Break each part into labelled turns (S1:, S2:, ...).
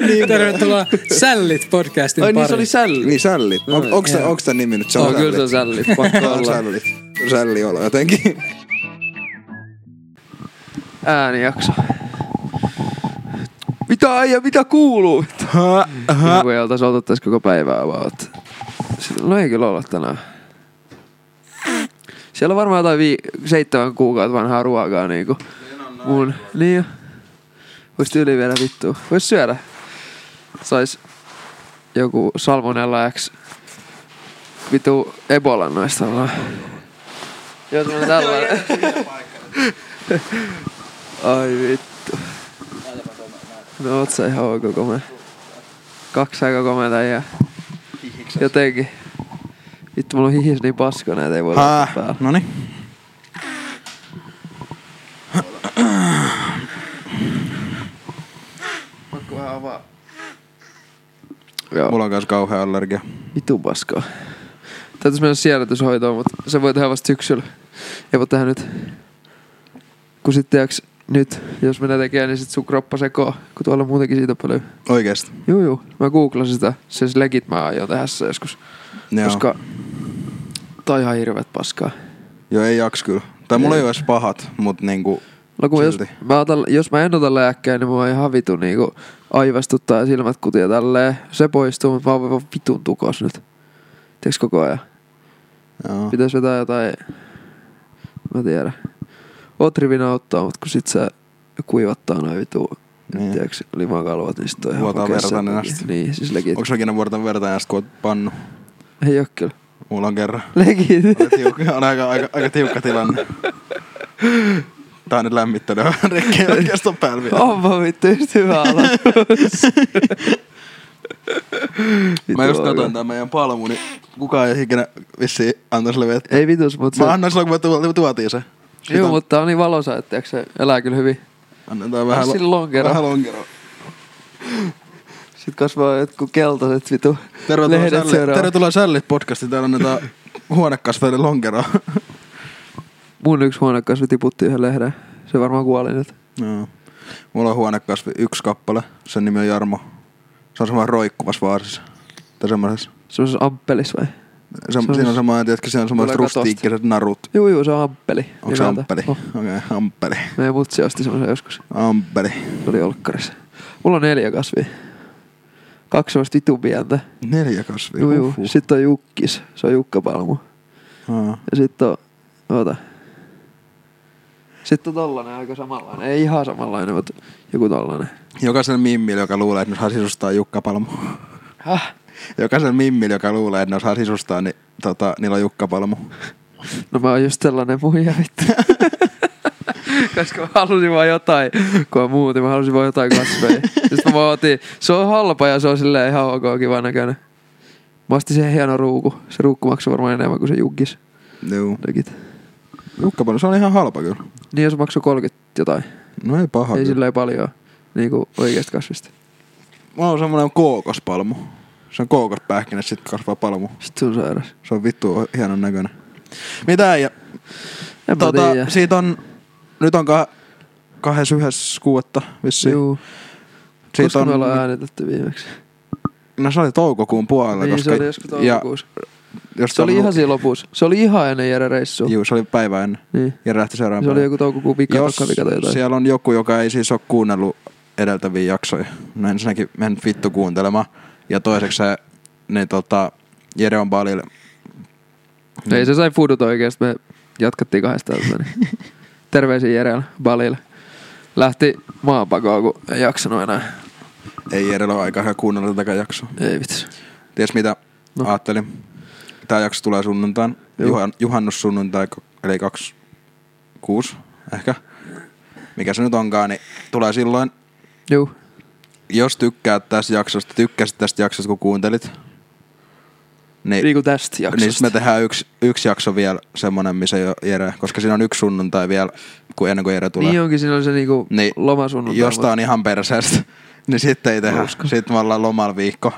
S1: niin, tervetuloa Sällit podcastin
S2: Ai
S1: pariin.
S2: niin se oli sälli.
S3: Niin sällit. On, onks, tän- onks tän nimi nyt? Se
S2: Joo,
S3: on
S2: No, kyllä se on
S3: sällit.
S2: sälli. Pakko
S3: Tää on
S2: olla.
S3: sällit. Sälli olo jotenkin.
S2: Äänijakso. Mitä äijä, mitä kuuluu? Hä? Kun ei oltais oltu tässä koko päivää vaan. oot. Sillä- No ei kyllä olla tänään. Siellä on varmaan jotain vii- seitsemän kuukautta vanhaa ruokaa niinku. Mun. Niin jo. Vois tyyli vielä vittua. Vois syödä. Sais joku Salmonella X vitu Ebolan noista vaan. Joo, se on tällainen. Ai vittu. No oot sä ihan ok komea. Kaksi aika komeita ja jotenkin. Vittu mulla on hihis niin paskona, et ei voi laittaa
S3: Hää?
S2: päälle.
S3: Noni.
S2: Pakko vähän avaa. Joo.
S3: Mulla on kans kauhea allergia.
S2: Vitu paskaa. Täytyis mennä siedätyshoitoon, mutta se voi tehdä vasta syksyllä. Ei voi tehdä nyt. Kun sit tiiäks, nyt, jos menee tekemään, niin sit sun kroppa sekoo, kun tuolla on muutenkin siitä paljon.
S3: Oikeesti.
S2: Juu, juu. Mä googlasin sitä. Siis legit mä aion tehdä se joskus.
S3: Joo.
S2: Koska... Tää on ihan hirveet paskaa.
S3: Joo, ei jaks kyllä. Tai mulla ei oo edes pahat, mut niinku...
S2: No kun jos
S3: Silti.
S2: mä, otan, jos mä en ota lääkkeen, niin mua ihan vitu niinku aivastuttaa ja silmät kutia tälleen. Se poistuu, mutta mä oon vaan vitun tukos nyt. Tiiäks koko ajan?
S3: Joo.
S2: Pitäis vetää jotain... Mä tiedän. Otrivin auttaa, mut kun sit se kuivattaa noin vitu...
S3: Niin.
S2: Niin. Tiiäks, limakalvot, niin sit on ihan
S3: Vuotaa
S2: makea
S3: verta
S2: sen
S3: nenästä.
S2: takia. Niin, siis legit.
S3: Onks mä ikinä vuodatan verta ja sit kun oot pannu?
S2: Ei oo kyllä.
S3: Mulla on kerran.
S2: Legit.
S3: Aika tiukka, on aika, aika, aika tiukka tilanne. Tää on nyt lämmittänyt. Rekki ei oikeastaan päällä vielä.
S2: Onpa vittu just hyvä ala.
S3: Mä just katsoin tää meidän palmu, niin kukaan ei ikinä vissiin antaa sille vettä.
S2: Ei vitus, mut se...
S3: Mä annoin silloin, kun me tuo- tuotiin se. Sitä
S2: Joo, mutta tää on niin valoisa, että tiiäks, se elää kyllä hyvin.
S3: Annetaan vähän,
S2: Anna sille lonkero.
S3: vähän lonkeroa.
S2: Sit kasvaa jotkut keltaiset vitu
S3: Tervetuloa,
S2: lehdet
S3: Sällit,
S2: seuraava.
S3: tervetuloa Sällit podcastiin. Täällä annetaan huonekasveille lonkeroa.
S2: Mun yksi huonekasvi tiputti yhden lehden. Se varmaan kuoli nyt.
S3: No. Mulla on huonekasvi yksi kappale. Sen nimi on Jarmo. Se on semmoinen roikkuvassa vaasissa. Tai semmoisessa.
S2: Semmoisessa amppelis vai?
S3: Se,
S2: Se on- siis-
S3: siinä on semmoinen, tiedätkö, siinä on semmoiset
S2: Tulee katosta. Oh.
S3: rustiikkiset narut.
S2: Juu, juu, se on amppeli.
S3: Onko se
S2: nimeltä.
S3: amppeli?
S2: On.
S3: Okei, okay, amppeli.
S2: Meidän mutsi osti semmoisen joskus.
S3: Amppeli.
S2: Se oli olkkarissa. Mulla on neljä kasvia. Kaksi semmoista vitun pientä.
S3: Neljä kasvia.
S2: Juu, juu.
S3: Uhuh.
S2: Sitten on jukkis. Se on jukkapalmu.
S3: Aa.
S2: Ja sitten on... Oota. Sitten on tollanen aika samanlainen. Ei ihan samanlainen, mutta joku tollanen.
S3: Jokaisen mimmillä, joka luulee, että ne saa sisustaa Jukka Palmu.
S2: Häh?
S3: Jokaisen mimmillä, joka luulee, että ne saa sisustaa, niin tota, niillä on Jukka Palmu.
S2: No mä oon just sellainen muija vittu. Koska mä halusin vaan jotain, kun mä muutin, mä halusin vaan jotain kasveja. Sitten mä vaan otin, se on halpa ja se on silleen ihan ok, kiva näköinen. Mä ostin sen hieno ruuku. Se ruukku maksoi varmaan enemmän kuin se jukkis.
S3: Juu.
S2: Legit.
S3: Jukka Palmu, se on ihan halpa kyllä.
S2: Niin jos maksoi 30 jotain.
S3: No ei paha.
S2: Ei
S3: kyllä.
S2: silleen paljon niinku oikeasta kasvista.
S3: Mulla on semmoinen kookospalmu. Se on kookospähkinä, sit kasvaa palmu.
S2: Sitten se on sairas.
S3: Se on vittu hienon näköinen. Mitä ei?
S2: En
S3: Tota,
S2: mä tiedä.
S3: siitä on, nyt on kah- kahdessa yhdessä kuutta vissiin.
S2: Juu.
S3: Siitä
S2: Koska
S3: on-
S2: me ollaan äänitetty viimeksi.
S3: No se oli toukokuun puolella.
S2: Niin,
S3: koska,
S2: se oli joskus toukokuussa.
S3: jos
S2: Se oli
S3: on
S2: ihan
S3: lu-
S2: siinä lopussa. Se oli ihan ennen Jere reissua.
S3: Juu, se oli päivä ennen.
S2: Niin.
S3: Ja lähti seuraavaan
S2: Se oli
S3: päivään.
S2: joku toukokuun vika,
S3: Jos
S2: toka vika tai jotain.
S3: siellä on joku, joka ei siis ole kuunnellut edeltäviä jaksoja, no ensinnäkin men vittu kuuntelemaan. Ja toiseksi se, niin tota, Jere on balille.
S2: Mm. Ei se sai fudut oikeesti, me jatkattiin kahdestaan. tätä, Niin. Terveisiä Jerellä, Balille. Lähti maanpakoon, kun ei jaksanut enää.
S3: Ei Jerellä ole aikaa kuunnella tätäkään jaksoa.
S2: Ei vitsi.
S3: Ties mitä
S2: No.
S3: no. ajattelin. Tämä jakso tulee sunnuntain,
S2: Juu.
S3: Juhan, juhannussunnuntai, ko- eli 26 ehkä. Mikä se nyt onkaan, niin tulee silloin.
S2: Juu.
S3: Jos tykkäät tästä jaksosta, tykkäsit tästä jaksosta, kun kuuntelit, niin
S2: Niin kuin tästä
S3: Niin sit
S2: jaksosta.
S3: me tehdään yksi, yksi jakso vielä semmonen, missä ei ole Jere, koska siinä on yksi sunnuntai vielä, kun ennen kuin Jere tulee.
S2: niin onkin, siinä oli se niinku niin,
S3: Niin,
S2: lomasunnuntai.
S3: Jos tää on ihan perseestä, niin sitten ei tehdä.
S2: Uskon.
S3: Sitten me ollaan lomalla viikko.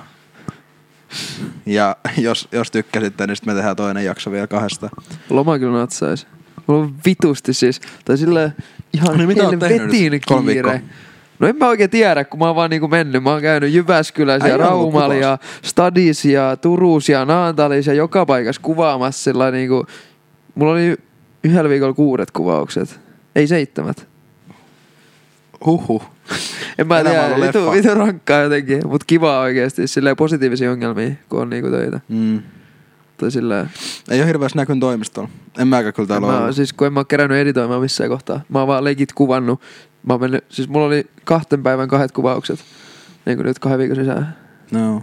S3: Ja jos, jos tykkäsitte, niin sitten me tehdään toinen jakso vielä kahdesta.
S2: mutta Loma kyllä natsais. Mulla on vitusti siis. Tai silleen ihan
S3: Niin mitä oot tehnyt
S2: helvetin
S3: nyt? Kolme
S2: kiire.
S3: viikkoa?
S2: No en mä oikein tiedä, kun mä oon vaan niinku mennyt. Mä oon käynyt Jyväskylässä
S3: Ai,
S2: ja
S3: ei ollut
S2: Raumalla ja Stadissa ja Turussa ja Naantalissa ja joka paikassa kuvaamassa sillä niinku... Mulla oli yhdellä viikolla kuudet kuvaukset. Ei seitsemät.
S3: Huhhuh.
S2: En mä
S3: Elämä on
S2: tiedä,
S3: ollut
S2: vitu,
S3: leffa.
S2: vitu rankkaa jotenkin, mutta kivaa oikeesti, silleen positiivisia ongelmia, kun on niinku töitä.
S3: Mm.
S2: Tai silleen,
S3: Ei ole hirveästi näkynyt toimistolla. En mäkään kyllä
S2: en
S3: täällä
S2: mä,
S3: ole.
S2: oon-
S3: Siis...
S2: siis kun en mä oo kerännyt editoimaan missään kohtaa, mä oon vaan legit kuvannut. Mä oon mennyt, siis mulla oli kahten päivän kahdet kuvaukset, niin kuin nyt kahden viikon sisään.
S3: No.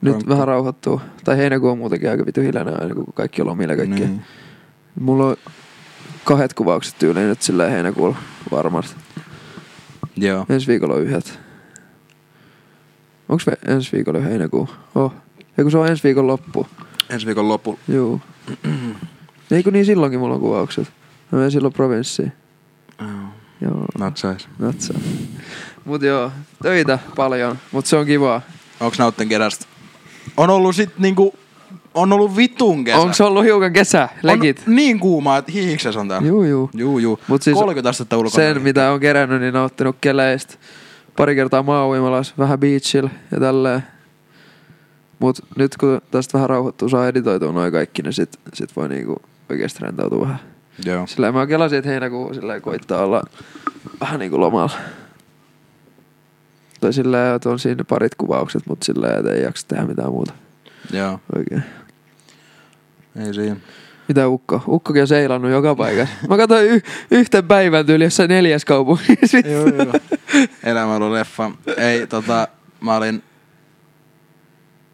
S2: Nyt
S3: Rankka.
S2: vähän rauhoittuu. Tai heinäkuu on muutenkin aika vitu hiljainen aina, kun kaikki on lomilla kaikki. Niin.
S3: Niin.
S2: Mulla on kahdet kuvaukset tyyliin nyt silleen heinäkuulla varmasti.
S3: Joo.
S2: Ensi viikolla on yhdet. Onks me ensi viikolla heinäkuu? Oh. Ei kun se on ensi viikon loppu.
S3: Ensi viikon lopulla.
S2: Juu. Eikö niin silloinkin mulla on kuvaukset? Mä menen silloin provinssiin. Joo.
S3: Natsais.
S2: Natsa. Mut joo, töitä paljon, mut se on kivaa.
S3: Onks nautten kerästä? On ollut sit niinku... On ollut vitun kesä.
S2: Onko se ollut hiukan kesä? Legit.
S3: On niin kuuma, että hiikses on täällä.
S2: Juu, juu.
S3: Juu, juu.
S2: Mut siis
S3: 30 astetta ulkona.
S2: Sen mitä on kerännyt, niin on ottanut keleistä. Pari kertaa maauimalas, vähän beachillä ja tälleen. Mut nyt kun tästä vähän rauhoittuu, saa editoitua noin kaikki, niin sit, sit voi niinku oikeesti rentoutua vähän.
S3: Joo.
S2: Sillä mä kelasin, että heinäkuu sillä koittaa olla vähän niinku lomalla. Tai sillä että on siinä parit kuvaukset, mutta sillä että ei jaksa tehdä mitään muuta.
S3: Joo.
S2: Oikein.
S3: Ei siinä.
S2: Mitä Ukko? Ukkokin on seilannut joka paikassa. Mä katsoin y- yhden päivän tyyli jossain neljäs kaupungissa.
S3: joo, joo. Elämä on ollut leffa. Ei, tota, mä olin...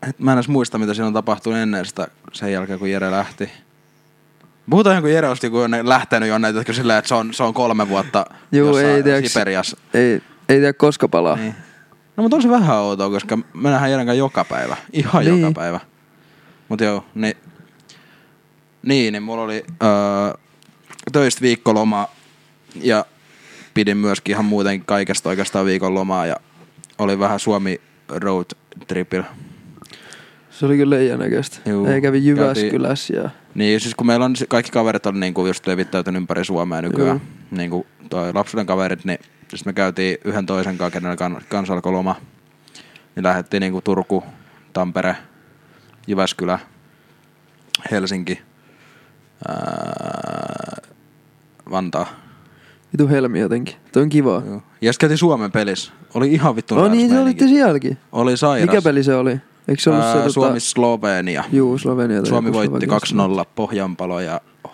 S3: Et mä en edes muista, mitä siinä on tapahtunut ennen sitä, sen jälkeen, kun Jere lähti. Puhutaan joku Jere osti, kun on lähtenyt jonne, että sillä, että se on, se on kolme vuotta
S2: Juu,
S3: jossain
S2: ei tiedäks-
S3: Siperiassa.
S2: Ei, ei tiedä koska palaa.
S3: Niin. No mutta on se vähän outoa, koska me nähdään Jeren kanssa joka päivä. Ihan
S2: Niin.
S3: niin. joka päivä. Mut joo, niin... Niin, niin mulla oli öö, töistä viikkoloma ja pidin myöskin ihan muuten kaikesta oikeastaan viikon lomaa ja oli vähän Suomi road tripillä.
S2: Se oli kyllä leijan näköistä.
S3: Juu.
S2: Ei kävi Jyväskylässä ja
S3: Niin siis kun meillä on se- kaikki kaverit on niinku just levittäytynyt ympäri Suomea nykyään, niinku toi lapsuuden kaverit, niin sitten me käytiin yhden toisen kanssa, kenellä kan, kanssa alkoi loma, niin lähdettiin niinku Turku, Tampere, Jyväskylä, Helsinki, ää, Vantaa.
S2: vitu helmi jotenkin. Toi on kivaa.
S3: Joo. Ja sitten käytiin Suomen pelissä. Oli ihan vittu
S2: No
S3: sairas
S2: niin, te
S3: meininki.
S2: olitte sielläkin.
S3: Oli sairas.
S2: Mikä peli se oli? Eikö se ollut se tota-
S3: Ää, Suomi, Slovenia.
S2: Juu, Slovenia. tai
S3: Suomi
S2: joku
S3: voitti
S2: Slovakia.
S3: 2-0 Pohjanpalo ja uh,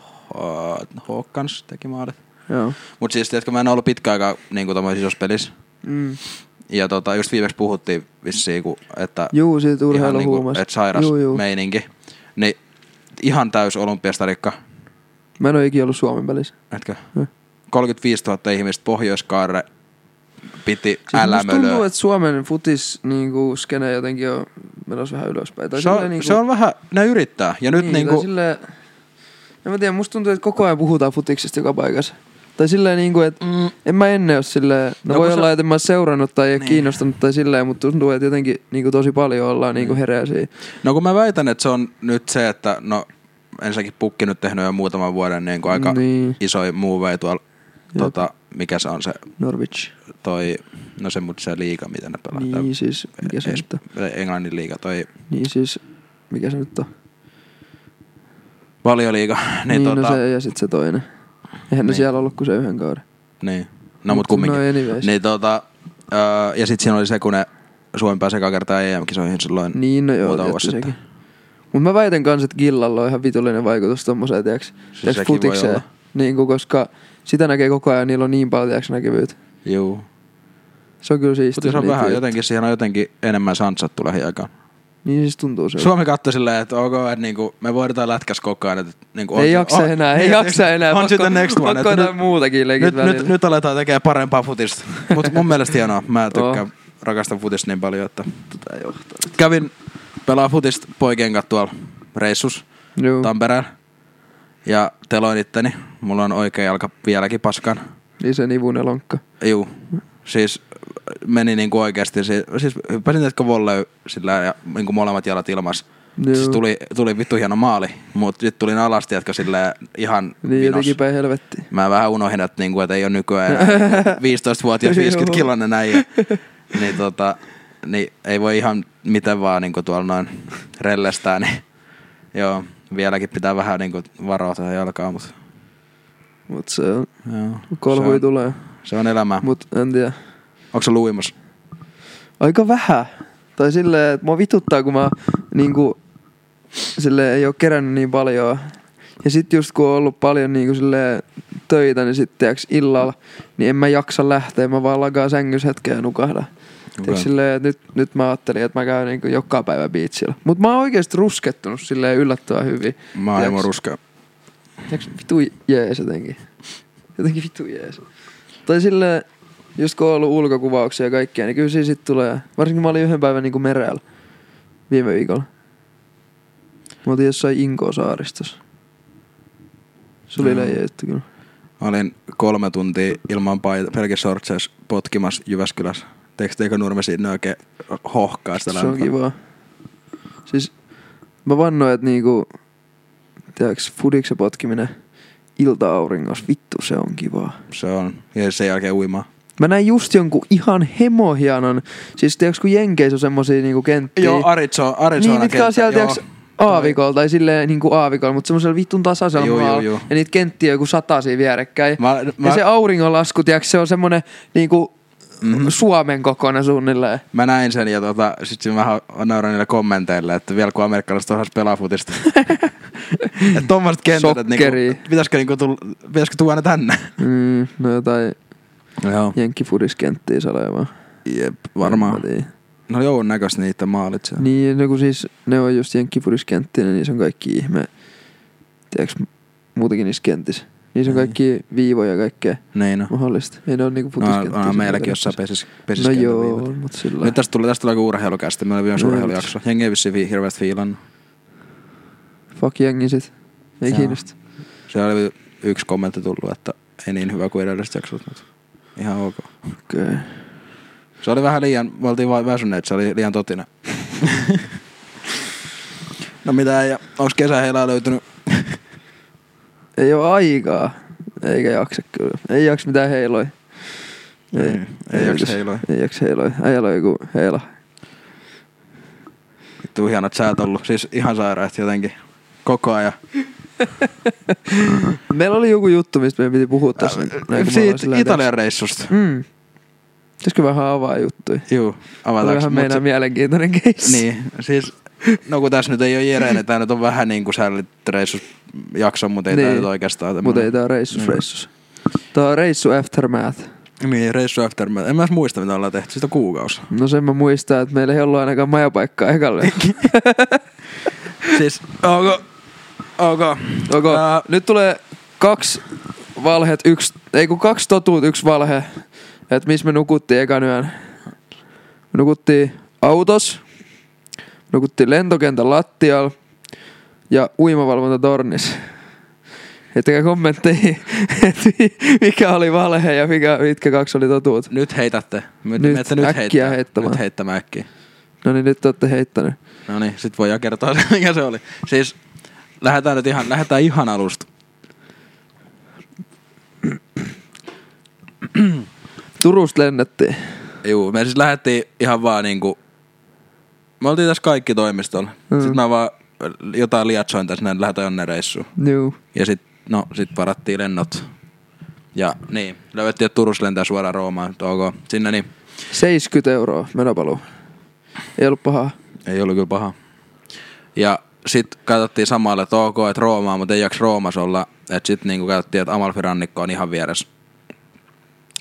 S3: Håkans teki maalit.
S2: Joo.
S3: Mutta siis tiedätkö, mä en ollut pitkä aikaa niin tuommoisessa isossa pelissä.
S2: Mm.
S3: Ja tota, just viimeksi puhuttiin vissiin, kun, että
S2: Juu, siitä
S3: ihan niinku,
S2: urheiluhuumasta.
S3: että sairas
S2: Juu, juu.
S3: meininki. Niin ihan täys olympiastarikka.
S2: Mä en ole ikinä ollut Suomen pelissä.
S3: Etkö?
S2: Joo.
S3: 35 000 ihmistä Pohjois-Kaarre piti
S2: Siis
S3: älä
S2: musta tuntuu,
S3: mölöä.
S2: että Suomen futis niinku, skene jotenkin on menossa vähän ylöspäin. Tai
S3: Se on,
S2: silleen niinku-
S3: se on vähän, ne yrittää. Ja nyt
S2: niin,
S3: niinku,
S2: tai silleen, en mä tiedä, musta tuntuu, että koko ajan puhutaan futiksesta joka paikassa. Tai silleen niinku, että
S3: Mm.
S2: en mä ennen ole silleen, no,
S3: No
S2: voi
S3: kun
S2: olla,
S3: se-
S2: että en mä oo seurannut tai ei niin.
S3: Niin.
S2: kiinnostanut tai silleen, mutta tuntuu, että jotenkin niinku tosi paljon
S3: Mm.
S2: ollaan niinku hereä siihen.
S3: No kun mä väitän, että se on nyt se, että no ensinnäkin pukki nyt tehnyt jo muutaman vuoden niin kuin aika
S2: Niin.
S3: niin. isoja muuvei tuolla, tota, mikä se on se
S2: Norwich.
S3: toi, no se mut se liiga, mitä ne pelaa.
S2: Niin siis, mikä se
S3: Es-
S2: nyt on?
S3: Englannin liiga, toi
S2: Niin siis, mikä se nyt on?
S3: valioliiga.
S2: niin
S3: niin, niin, tota,
S2: no se ja sitten se toinen. Eihän ne
S3: Niin.
S2: siellä ollut kuin se yhden kauden.
S3: niin. No mut kumminkin.
S2: No anyways.
S3: Niin tota, öö, ja sit siinä oli se, kun ne Suomi pääsi ekaa kertaa EM-kisoihin silloin
S2: Niin, no joo,
S3: muutama
S2: tietysti
S3: vuosi sitten.
S2: sekin. Mut mä väitän kans, että Gillalla on ihan vitullinen vaikutus tommoseen, tiiäks,
S3: Siis
S2: tiiäks
S3: sekin voi
S2: futikseen.
S3: olla.
S2: Niin kuin, koska sitä näkee koko ajan, niillä on niin paljon, tiiäks, näkyvyyttä.
S3: Juu.
S2: Se on kyllä siistiä. niin
S3: Mutta se on
S2: niitä
S3: vähän
S2: juttuja.
S3: jotenkin, siihen on jotenkin enemmän sansattu lähiaikaan.
S2: Niin siis tuntuu se.
S3: Suomi katsoi silleen, että ok, että niinku, me voidetaan lätkäs koko ajan. Että niinku
S2: ei jaksa enää, ei
S3: niin,
S2: jaksa
S3: että
S2: enää.
S3: On sitten next one.
S2: Pakko
S3: että
S2: jotain muutakin
S3: nyt,
S2: leikit
S3: nyt,
S2: välillä.
S3: nyt, nyt aletaan tekemään parempaa futista. Mutta mun mielestä hienoa. Mä tykkään,
S2: Oh.
S3: oh. rakastan futista niin paljon, että kävin pelaa futista poikien kanssa tuolla reissus
S2: Juu,
S3: Tampereen. Ja teloin itteni. Mulla on oikea jalka vieläkin paskan.
S2: niin se nivunen lonkka.
S3: Juu. Siis niin meni niinku oikeesti. Siis, siis hyppäsin tietkö volley sillä lailla ja niinku niin molemmat jalat ilmas.
S2: Joo.
S3: Siis tuli, tuli vittu hieno maali, mutta sitten tuli alasti, jotka silleen ihan
S2: Niin
S3: vinos.
S2: jotenkin päin helvettiin.
S3: Mä vähän unohdin, että, niinku, että ei ole nykyään enää 15-vuotias
S2: Joo.
S3: 50-kilonen näin. Niin, tota, niin ei voi ihan miten vaan niinku, tuolla noin rellestää, niin joo, vieläkin pitää vähän niinku, varoa tähän jalkaa, mutta
S2: Mut se on,
S3: joo, se,
S2: kolhui
S3: on, Ah.
S2: tulee.
S3: se on elämää. Mut.
S2: Mut en tiedä.
S3: Onko se luimus?
S2: Aika vähän. Tai silleen, että mua vituttaa, kun mä niinku, sille ei oo kerännyt niin paljon. Ja sit just kun on ollut paljon niinku sille töitä, niin sit tiiäks illalla, niin en mä jaksa lähteä. Mä vaan lagaan sängyssä hetkeä ja nukahda. Okay. Silleen, että nyt, nyt mä ajattelin, että mä käyn niinku joka päivä biitsillä. Mut mä oon oikeesti ruskettunut silleen yllättävän hyvin.
S3: Mä oon
S2: Tiiäks-
S3: aivan ruskea.
S2: Tiedätkö, vitu jees jotenkin. Jotenkin vitu jees. Tai silleen, just kun on ollut ulkokuvauksia ja kaikkea, niin kyllä siinä sit tulee. Varsinkin mä olin yhden päivän niin kuin merellä viime viikolla. Mä oltiin jossain Inko-saaristossa. Se oli
S3: Joo.
S2: leijä juttu kyllä.
S3: Olin kolme tuntia ilman paita, pelkin sortseissa potkimassa Jyväskylässä. Teekö teikö nurme siinä oikein hohkaa sitä
S2: Se on kivaa. Siis mä vannoin, että niinku, tiedäks, fudiksen potkiminen ilta-auringossa, vittu se on kivaa.
S3: Se on. Ja sen jälkeen uimaan.
S2: Mä näin just jonkun ihan hemohienon, siis tiiäks kun Jenkeissä on semmosia niinku kenttiä.
S3: Joo, Arizona, Arizona
S2: niin, mitkä on siellä tiiäks aavikolla tai silleen niinku aavikolla, mutta semmoisella vittun tasaisella
S3: Joo,
S2: joo,
S3: joo,
S2: maalla.
S3: joo.
S2: Ja niitä kenttiä on joku sataisia vierekkäin. Mä,
S3: Mä,
S2: mä... Ja
S3: mä,
S2: se auringonlasku, tiiäks, se on semmonen niinku
S3: Mhm.
S2: mm-hmm. Suomen kokoinen suunnilleen.
S3: mä näin sen ja tota, sit siinä vähän nauroin niille kommenteille, että vielä kun amerikkalaiset osas pelaa futista. että tommoset kentät, että niinku,
S2: Sokkeri.
S3: että pitäisikö, niinku tulla, pitäisikö tuoda ne tänne?
S2: Mm, no jotain
S3: Joo,
S2: jenkkifudiskenttiä se oli vaan.
S3: jep, varmaan.
S2: En mä tiedä.
S3: No joo, näköistä niitä maalit siellä.
S2: Niin, no kun siis ne on just jenkkifudiskenttiä, niin niissä on kaikki ihme. Tiiäks, muutenkin niissä kentissä. Niissä on
S3: Niin.
S2: kaikki viivoja ja kaikkea
S3: Niin no.
S2: mahdollista. Ei ne on niinku
S3: No,
S2: futiskenttiä.
S3: no, meilläkin jossain pesis,
S2: No
S3: pesiskentän
S2: joo, mutta sillä
S3: Nyt tästä tulee, tästä tulee urheilukästä. Meillä oli myös
S2: Joo,
S3: urheilujakso. Jengi ei vissiin vi- hirveästi fiilannut.
S2: Fuck jengi sit. Ei
S3: Joo.
S2: kiinnosta.
S3: Siellä oli yksi kommentti tullut, että ei niin hyvä kuin edelliset jaksot, mutta ihan ok.
S2: Okei. Okay.
S3: Se oli vähän liian, me oltiin vaan väsyneet, se oli liian totinen. no mitä, ja onks kesäheilaa löytynyt?
S2: Ei oo aikaa. Eikä jaksa kyllä. Ei jaksa mitään heiloi. Ei, ei,
S3: ei jaksa
S2: jaksa.
S3: heiloi.
S2: ei jaksa heiloi. Äijällä on joku heila.
S3: Vittu hienot säät ollut, siis ihan sairaat jotenkin. Koko ajan.
S2: Meillä oli joku juttu, mistä meidän piti puhua tässä.
S3: Äh, Siitä Italian reissusta.
S2: Mm. Pitäisikö vähän avaa juttuja?
S3: Juu,
S2: Oli
S3: avataanko?
S2: vähän
S3: Mut
S2: meidän mielenkiintoinen keissi.
S3: Niin, siis, no kun tässä nyt ei ole Jere, niin tää nyt on vähän niin kuin sällit reissusjakso, mutta ei niin. tää
S2: Niin.
S3: nyt oikeastaan
S2: Mutta
S3: tämmönen-
S2: ei tää on reissus
S3: Niin.
S2: reissus. Tää on reissu aftermath.
S3: Niin, reissu aftermath. En mä edes muista, mitä ollaan tehty. Siitä on kuukausi.
S2: No sen mä muistan, että meillä ei ollut ainakaan majapaikkaa ekalle.
S3: siis, onko... Onko...
S2: Onko?
S3: Ää,
S2: Nyt tulee kaksi valhet, yksi, ei kun kaksi totuut, yksi valhe. Että missä me nukuttiin ekan yön. Me nukuttiin autos, me nukuttiin lentokentän lattialla ja uimavalvontatornis. Heittäkää kommentteja, että mikä oli valhe ja mikä, mitkä kaksi oli totuut.
S3: Nyt heitätte. Nyt,
S2: Nyt,
S3: menette nyt
S2: äkkiä
S3: heittää.
S2: heittämään.
S3: Nyt heittämään äkkiä.
S2: No niin, nyt te olette heittänyt.
S3: No niin, sit voidaan kertoa se, mikä se oli. Siis lähdetään nyt ihan, lähdetään ihan alusta.
S2: Turusta lennettiin.
S3: Juu, me siis lähdettiin ihan vaan niinku... Me oltiin tässä kaikki toimistolla. Mm.
S2: Mm.
S3: Sitten mä vaan jotain liatsoin tässä näin, lähdetään jonne reissuun.
S2: Juu.
S3: Ja sit, no, sit varattiin lennot. Ja niin, löydettiin, että Turussa lentää suoraan Roomaan. Nyt Ok, sinne niin.
S2: 70 euroa menopaluu. Ei ollut pahaa.
S3: Ei ollut kyllä paha. Ja sitten katsottiin samalla, että ok, että Roomaa, mutta ei jaksa Roomassa olla. Että sitten niinku katsottiin, että Amalfi-rannikko on ihan vieressä.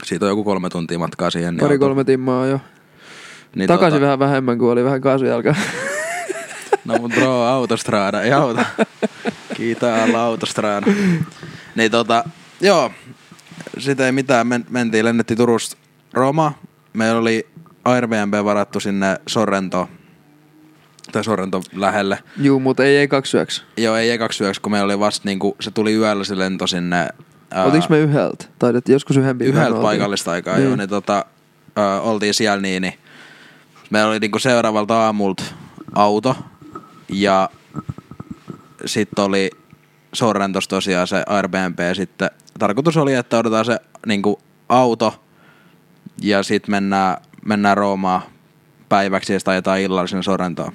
S3: Siitä on joku kolme tuntia matkaa siihen. niin
S2: Pari
S3: auto-
S2: kolme timmaa jo.
S3: Niin
S2: Takaisin vähän vähemmän, kuin oli vähän kaasujalka.
S3: No mut bro, autostrada, ei auta. Kiitä alla autostrada. Niin tota, joo, sitä ei mitään, Men, mentiin, lennettiin Turusta Roma. Meillä oli Airbnb varattu sinne Sorrento, tai Sorrento lähelle.
S2: Juu, mutta ei, ei kaksi yöksi.
S3: Joo, ei ekaksi yöksi, kun meillä oli vasta niinku, se tuli yöllä se lento sinne. ää,
S2: Otiks me yhdeltä? Taidettiin joskus yhden pinnan
S3: yhdeltä
S2: oltiin.
S3: paikallista aikaa,
S2: Niin.
S3: joo, niin tota, ö, oltiin siellä niin, niin meillä oli niinku seuraavalta aamulta auto, Ja sitten oli Sorrentos tosiaan se Airbnb sitten. Tarkoitus oli, että odotetaan se niin kuin auto ja sitten mennään, mennään Roomaan päiväksi ja sitten ajetaan illalla sinne Sorrentoon.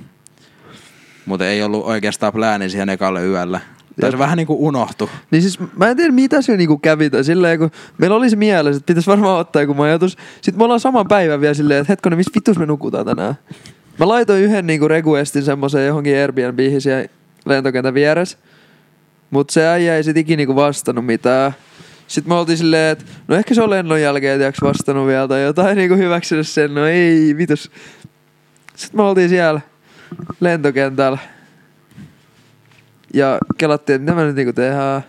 S3: Mutta ei ollut oikeastaan plääni siihen ekalle yölle. Tai se
S2: Jep.
S3: vähän niin kuin unohtui.
S2: Niin siis mä en tiedä mitä se niinku kävi tai silleen, kun meillä oli se mielessä, että pitäisi varmaan ottaa joku majoitus. Sitten me ollaan saman päivän vielä silleen, että hetkonen, missä vitus me nukutaan tänään? Mä laitoin yhden niinku requestin semmoiseen johonkin Airbnbihin siellä lentokentän vieressä. Mut se äijä ei sit ikinä niinku vastannut mitään. Sitten me oltiin silleen, että no ehkä se on lennon jälkeen tiiäks, vastannut vielä tai jotain niinku hyväksynyt sen. No ei, vitus. Sitten me oltiin siellä lentokentällä. Ja kelattiin, että mitä me nyt niinku tehdään.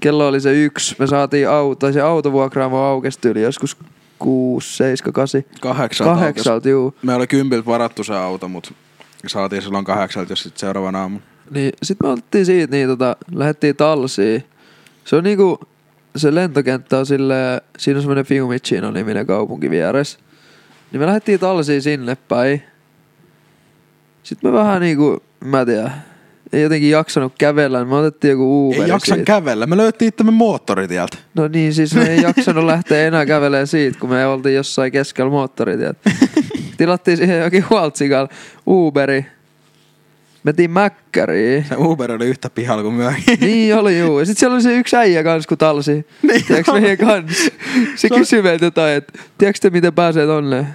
S2: Kello oli se yksi. Me saatiin auto, tai se autovuokraamo aukesi yli joskus 6, 7, 8.
S3: Kahdeksalta.
S2: Kahdeksalta, juu.
S3: Me oli kympiltä varattu se auto, mutta saatiin silloin kahdeksalta, jos sitten seuraavan aamun.
S2: Niin, sit me otettiin siitä, niin tota, lähdettiin talsiin. Se on niinku, se lentokenttä on sille, siinä on semmonen Fiumicino niminen kaupunki vieressä. Niin me lähdettiin talsiin sinne päin. Sitten me vähän niinku, mä tiedän, ei jotenkin jaksanut kävellä, niin me otettiin joku Uber
S3: Ei jaksa
S2: siitä.
S3: kävellä. Me löytiin itsemme moottoritieltä.
S2: No niin, siis me ei jaksanut lähteä enää kävelemään siitä, kun me oltiin jossain keskellä moottoritietä. Tilattiin siihen jokin huoltsikalla Uberi. Metiin Mäkkäriin.
S3: Se Uber oli yhtä pihalla kuin myöhemmin.
S2: Niin oli juu. Ja sit siellä oli se yksi äijä kans, kun talsi. Niin tiedätkö meidän kans? Se kysyi meiltä jotain, että tiedätkö te miten pääsee tonne?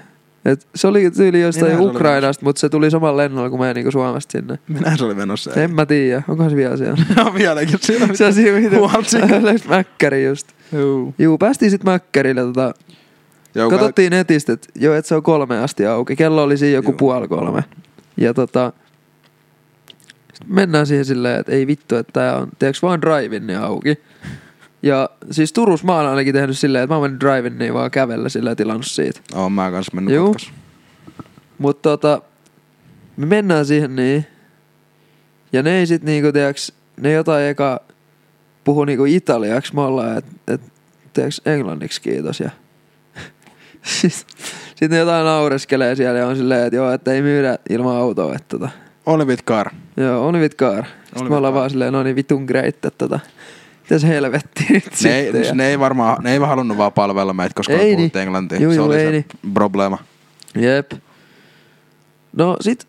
S2: Et se oli tyyli jostain
S3: Minähän se oli
S2: Ukrainasta, mutta se tuli samalla lennolla kuin me niinku Suomesta sinne.
S3: Minähän se oli menossa.
S2: En mä tiedä, onkohan se vielä siellä.
S3: No vieläkin siinä.
S2: Se on siinä, mitä
S3: Huoltsikalla.
S2: Läks Mäkkäri just. Juu, päästiin sit Mäkkärille tota,
S3: Joo,
S2: Katsottiin netistä, että joo, että se on kolme asti auki. Kello oli siinä joku
S3: Joo.
S2: puoli kolme. Ja tota, sit mennään siihen silleen, että ei vittu, että tää on, tiedätkö, vaan drive auki. Ja siis Turus mä oon ainakin tehnyt silleen, että mä oon mennyt drive vaan kävellä sillä ja tilannut siitä.
S3: Oon mä kans mennyt
S2: Juu.
S3: Juu.
S2: Mutta tota, me mennään siihen niin. Ja ne ei sit niinku, tiiäks, ne jotain eka puhu niinku italiaksi. Me ollaan, et, et tiiäks, englanniksi kiitos. Ja sit, sit ne jotain naureskelee siellä ja on silleen, että joo, että ei myydä ilman autoa. Että tota.
S3: Olivit Kar.
S2: Joo, on vitkaar. Sitten
S3: On
S2: me ollaan
S3: vitkaar.
S2: vaan silleen, no niin vitun great, että tota. Mitäs helvettiin nyt
S3: Ne, ei-
S2: sitten. ja-
S3: ne, ei varmaan, ne ei vaan halunnut vaan palvella meitä, koska
S2: Ei
S3: ei me puhuttiin
S2: niin.
S3: englantia.
S2: Juu,
S3: se
S2: juu,
S3: oli
S2: ei
S3: se probleema.
S2: Jep. No sit,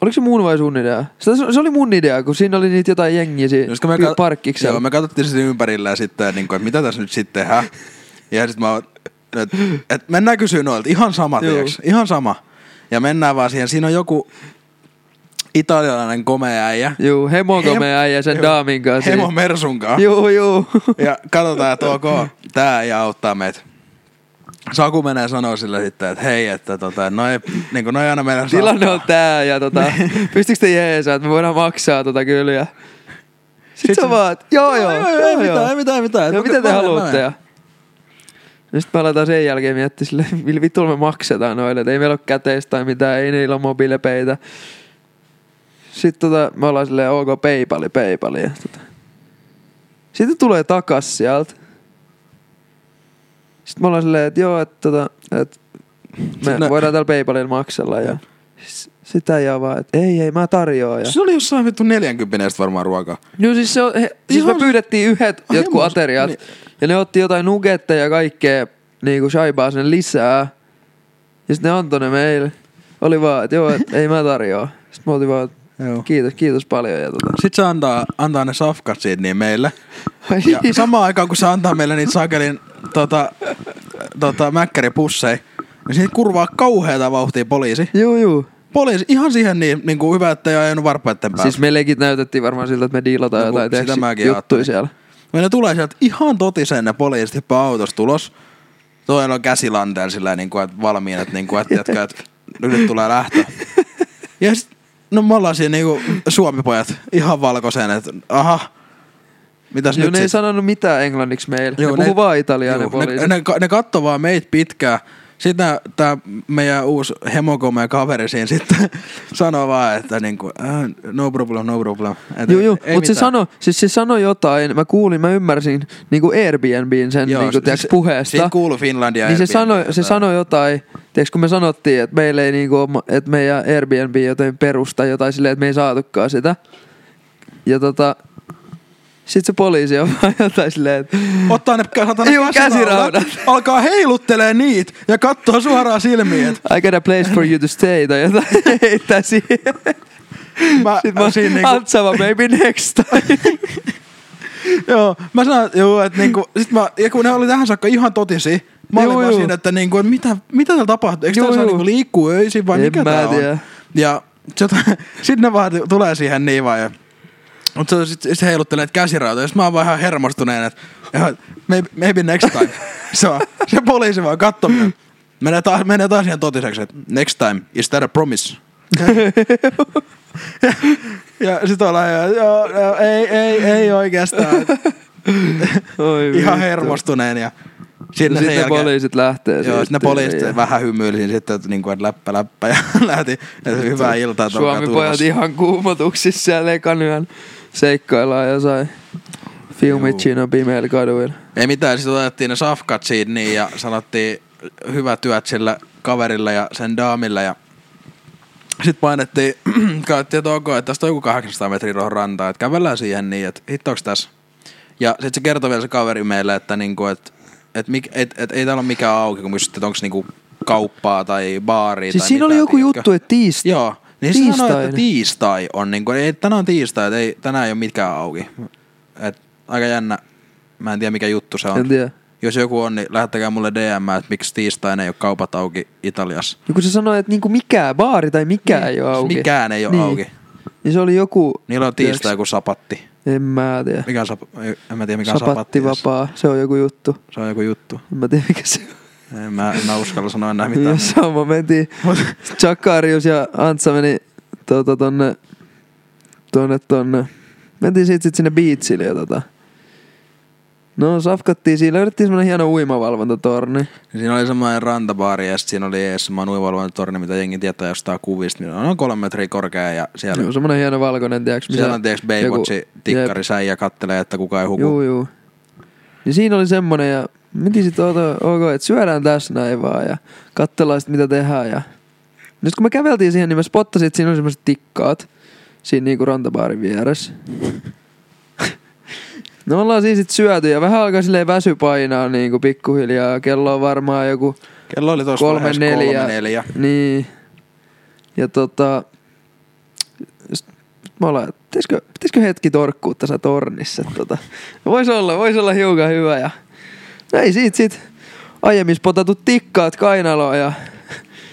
S2: oliko se mun vai sun idea? Se, se oli mun idea, kun siinä oli niitä jotain jengiä siinä
S3: Koska
S2: pi-
S3: kat-
S2: parkkiksella.
S3: Joo, me katsottiin sitä ympärillä ja sitten, niin kuin, että mitä tässä nyt sitten tehdään. Ja sitten mä oon, että et mennään kysyä noilta, ihan sama,
S2: Juu.
S3: tiiäks, ihan sama. Ja mennään vaan siihen, siinä on joku italialainen komea äijä.
S2: Juu, hemon
S3: Hem-
S2: komea äijä sen
S3: joo.
S2: daamin kanssa.
S3: Hemo
S2: siinä.
S3: Mersun kanssa.
S2: Juu, juu.
S3: Ja katsotaan, että ok, tää ei auttaa meitä. Saku menee sanoo sille sitten, että hei, että tota, noi, niin kuin noi aina meidän
S2: Tilanne on tää ja tota,
S3: Niin.
S2: pystyykö te jeesaa, että me voidaan maksaa tota kyllä. Ja... Sitten
S3: Sit
S2: sä
S3: se-
S2: vaan, että joo, joo,
S3: ei
S2: joo,
S3: mitään, ei
S2: joo,
S3: mitään, ei
S2: joo.
S3: mitään, ei mitään.
S2: No
S3: Et
S2: mitä te
S3: mä- mä-
S2: haluatte?
S3: mä-
S2: Ja... Sitten me aletaan sen jälkeen miettiä sille, millä vittuilla me maksetaan noille, että ei meillä ole käteistä tai mitään, ei niillä ole mobiilepeitä. Sitten tota, me ollaan silleen, ok, Paypali, Paypali. Ja tota. Sitten tulee takas sieltä. Sitten me ollaan silleen, että joo, että tota, et me
S3: Sitten nä-
S2: voidaan täällä Paypalilla maksella. Ja s- sitä ei vaan, että ei, ei, mä tarjoan. Ja...
S3: Se oli jossain vittu 40 varmaan ruokaa.
S2: No siis, se on, he, siis me
S3: Ihan-
S2: pyydettiin yhdet
S3: Ai
S2: jotkut
S3: hemmos,
S2: ateriat.
S3: niin.
S2: Ja ne otti jotain nugetta ja kaikkea niinku shaibaa sen lisää. Ja sitten ne antoi ne meille. Oli vaan, että joo, et ei mä tarjoa. Sitten me oltiin vaan, et
S3: Joo.
S2: kiitos, kiitos paljon. Ja tota.
S3: Sitten se antaa, antaa ne safkat siitä niin meille.
S2: Ai,
S3: Ja samaan aikaan, kun se antaa meille niitä sakelin tota, tota, mäkkäripusseja, niin siitä kurvaa kauheata vauhtia poliisi.
S2: juu, juu.
S3: Poliisi ihan siihen niin, niin kuin hyvä, että ei ajanut varpaiden päälle.
S2: Siis me legit näytettiin varmaan siltä, että me diilataan
S3: No,
S2: no, jotain
S3: sitä
S2: tehdä
S3: mäkin
S2: juttuja
S3: ajattelin.
S2: siellä.
S3: Meillä tulee sieltä ihan totisen ne poliisit hyppää autosta tulos. Toinen on käsilanteella sillä niin kuin, että valmiina, että, niin kuin, että, jätkä, että nyt tulee lähtö. Ja sit, no me ollaan siinä niin kuin suomipojat ihan valkoisen, että aha, mitäs
S2: Joo,
S3: nyt
S2: ne ei
S3: sit?
S2: sanonut mitään englanniksi meillä. Joo, ne puhuu vaan italiaa ne
S3: juu, ne,
S2: poliisit.
S3: ne, ka- ne kattoo vaan meitä pitkään. Sitten tämä meidän uusi hemokome kaveri siinä sitten sanoi vaan, että niinku, "Ah, no problem, no problem. Että
S2: Joo, joo.
S3: ei
S2: Mutta se
S3: mitään.
S2: sanoi siis se sano jotain, mä kuulin, mä ymmärsin niinku Airbnbin sen
S3: Joo,
S2: niinku,
S3: se-
S2: tiiäks,
S3: se-
S2: puheesta.
S3: siitä kuului Finlandia
S2: Niin se
S3: Airbnb
S2: sanoi, se
S3: jotain.
S2: sanoi jotain, tiiäks, kun me sanottiin, että meillä ei niinku, oo ma- että meidän Airbnb jotain perusta jotain silleen, että me ei saatukaan sitä. Ja tota, sit se poliisi on vaan jotain silleen, että
S3: Ottaa ne satana
S2: Juu, käsiraudat.
S3: alkaa heiluttelee niitä ja katsoo suoraan silmiin, että
S2: I got a place for you to stay tai jotain heittää siihen.
S3: mä,
S2: Sitten mä oon
S3: siinä niinku,
S2: Antsava maybe next time.
S3: joo, mä sanoin, että joo, että niinku, sit mä, ja kun ne oli tähän saakka ihan totisi, mä
S2: Juu,
S3: olin vaan
S2: juu.
S3: siinä, että niinku, että mitä, mitä täällä tapahtuu, eikö
S2: Juu,
S3: täällä saa
S2: juu.
S3: niinku liikkuu öisin vai
S2: En
S3: mikä
S2: mä
S3: tää
S2: tiedä.
S3: on? Ja sitten ne vaan t- tulee siihen niin vaan, ja mutta sitten sit heiluttelee että käsirautoja. Sitten mä oon vaan ihan hermostuneen, että ihan, maybe, maybe next time. se, on, se poliisi vaan katsoo minua. Menee taas, menee taas ihan totiseksi, että next time, is that a promise? ja, ja sit ollaan ihan, joo, joo, ei, ei, ei oikeastaan.
S2: Oi
S3: ihan
S2: vittu.
S3: hermostuneen ja
S2: Ja
S3: sinne sen
S2: Sitten ne
S3: jälkeen.
S2: poliisit lähtee.
S3: Joo,
S2: siitä
S3: sitten ne poliisit
S2: tyyliin.
S3: vähän hymyilisin sitten, että, niinku, että läppä, läppä ja lähti, että hyvää iltaa. että olkaa
S2: Suomi-pojat
S3: turvassa.
S2: ihan kuumotuksissa siellä ekan yön seikkaillaan jossain Fiumicino pimeillä kaduilla.
S3: Ei mitään, sitten otettiin ne safkat siinä niin, ja sanottiin hyvä työt sillä kaverilla ja sen daamilla ja sitten painettiin, katsottiin, että ok, että tästä on joku 800 metriä tuohon rantaan, että kävellään siihen niin, että hittoks tässä. Ja sitten se kertoi vielä se kaveri meille, että niinku, et, et, mik, et, et, ei täällä ole mikään auki, kun kysyttiin, että onko niinku kauppaa tai baaria
S2: Siis
S3: tai
S2: siinä oli
S3: mitään,
S2: joku
S3: tiedätkö?
S2: juttu, että tiistai.
S3: Joo. Niin se sanoi,
S2: Tiistaina.
S3: että tiistai on niin kuin, ei, tänään on tiistai, että ei, tänään ei ole mitkään auki. Et, aika jännä. Mä en tiedä mikä juttu se on.
S2: En tiedä.
S3: Jos joku on, niin lähettäkää mulle DM, että miksi tiistaina ei ole kaupat auki Italiassa.
S2: Joku se sanoi, että niinku mikään baari tai mikään
S3: Niin,
S2: ei
S3: siis
S2: ole auki.
S3: Mikään ei ole
S2: Niin.
S3: auki.
S2: Niin se oli joku...
S3: Niillä on tiistai joku sapatti.
S2: En mä tiedä.
S3: Mikä on sap... ei, En mä tiedä mikä on sapatti.
S2: Sapattivapaa, se on joku juttu.
S3: Se on joku juttu.
S2: En mä tiedä mikä se on.
S3: En mä, en mä uskalla sanoa enää mitään.
S2: Jossain sama mentiin. Chakarius ja Antsa meni tota, tonne, tonne, tonne. Mentiin siitä sit sinne biitsille ja tota. No safkattiin siinä, löydettiin semmonen hieno uimavalvontatorni.
S3: Siinä oli semmoinen rantabaari ja sitten siinä oli ees semmoinen uivalvointitorni, mitä jengi tietää jostain kuvista. Niin on noin kolme metriä korkea ja siellä
S2: Joo, semmonen hieno valkoinen, tiiäks. missä
S3: Siellä on tiiäks Baywatchi
S2: joku-
S3: tikkari säijä kattelee, että kuka ei
S2: jep,
S3: huku.
S2: Juu, juu. Niin siinä oli semmonen ja mietin sit, oota, ok, että syödään tässä näin vaan ja katsellaan sit mitä tehdään ja... No sit kun me käveltiin siihen, niin mä spottasin, että siinä oli semmoset tikkaat siinä niinku rantabaarin vieressä. No ollaan siis sit syöty ja vähän alkaa silleen väsy painaa niinku pikkuhiljaa. Kello on varmaan joku
S3: Kello oli tuossa
S2: kolme
S3: vaiheessa
S2: neljä.
S3: kolme neljä.
S2: Niin. Ja tota... sit Mä ollaan, pitäisikö, pitäisikö hetki torkkuu tässä tornissa? et Tota. Vois olla, vois olla hiukan hyvä ja... No ei siitä sit. Aiemmin spotatut tikkaat kainaloa ja...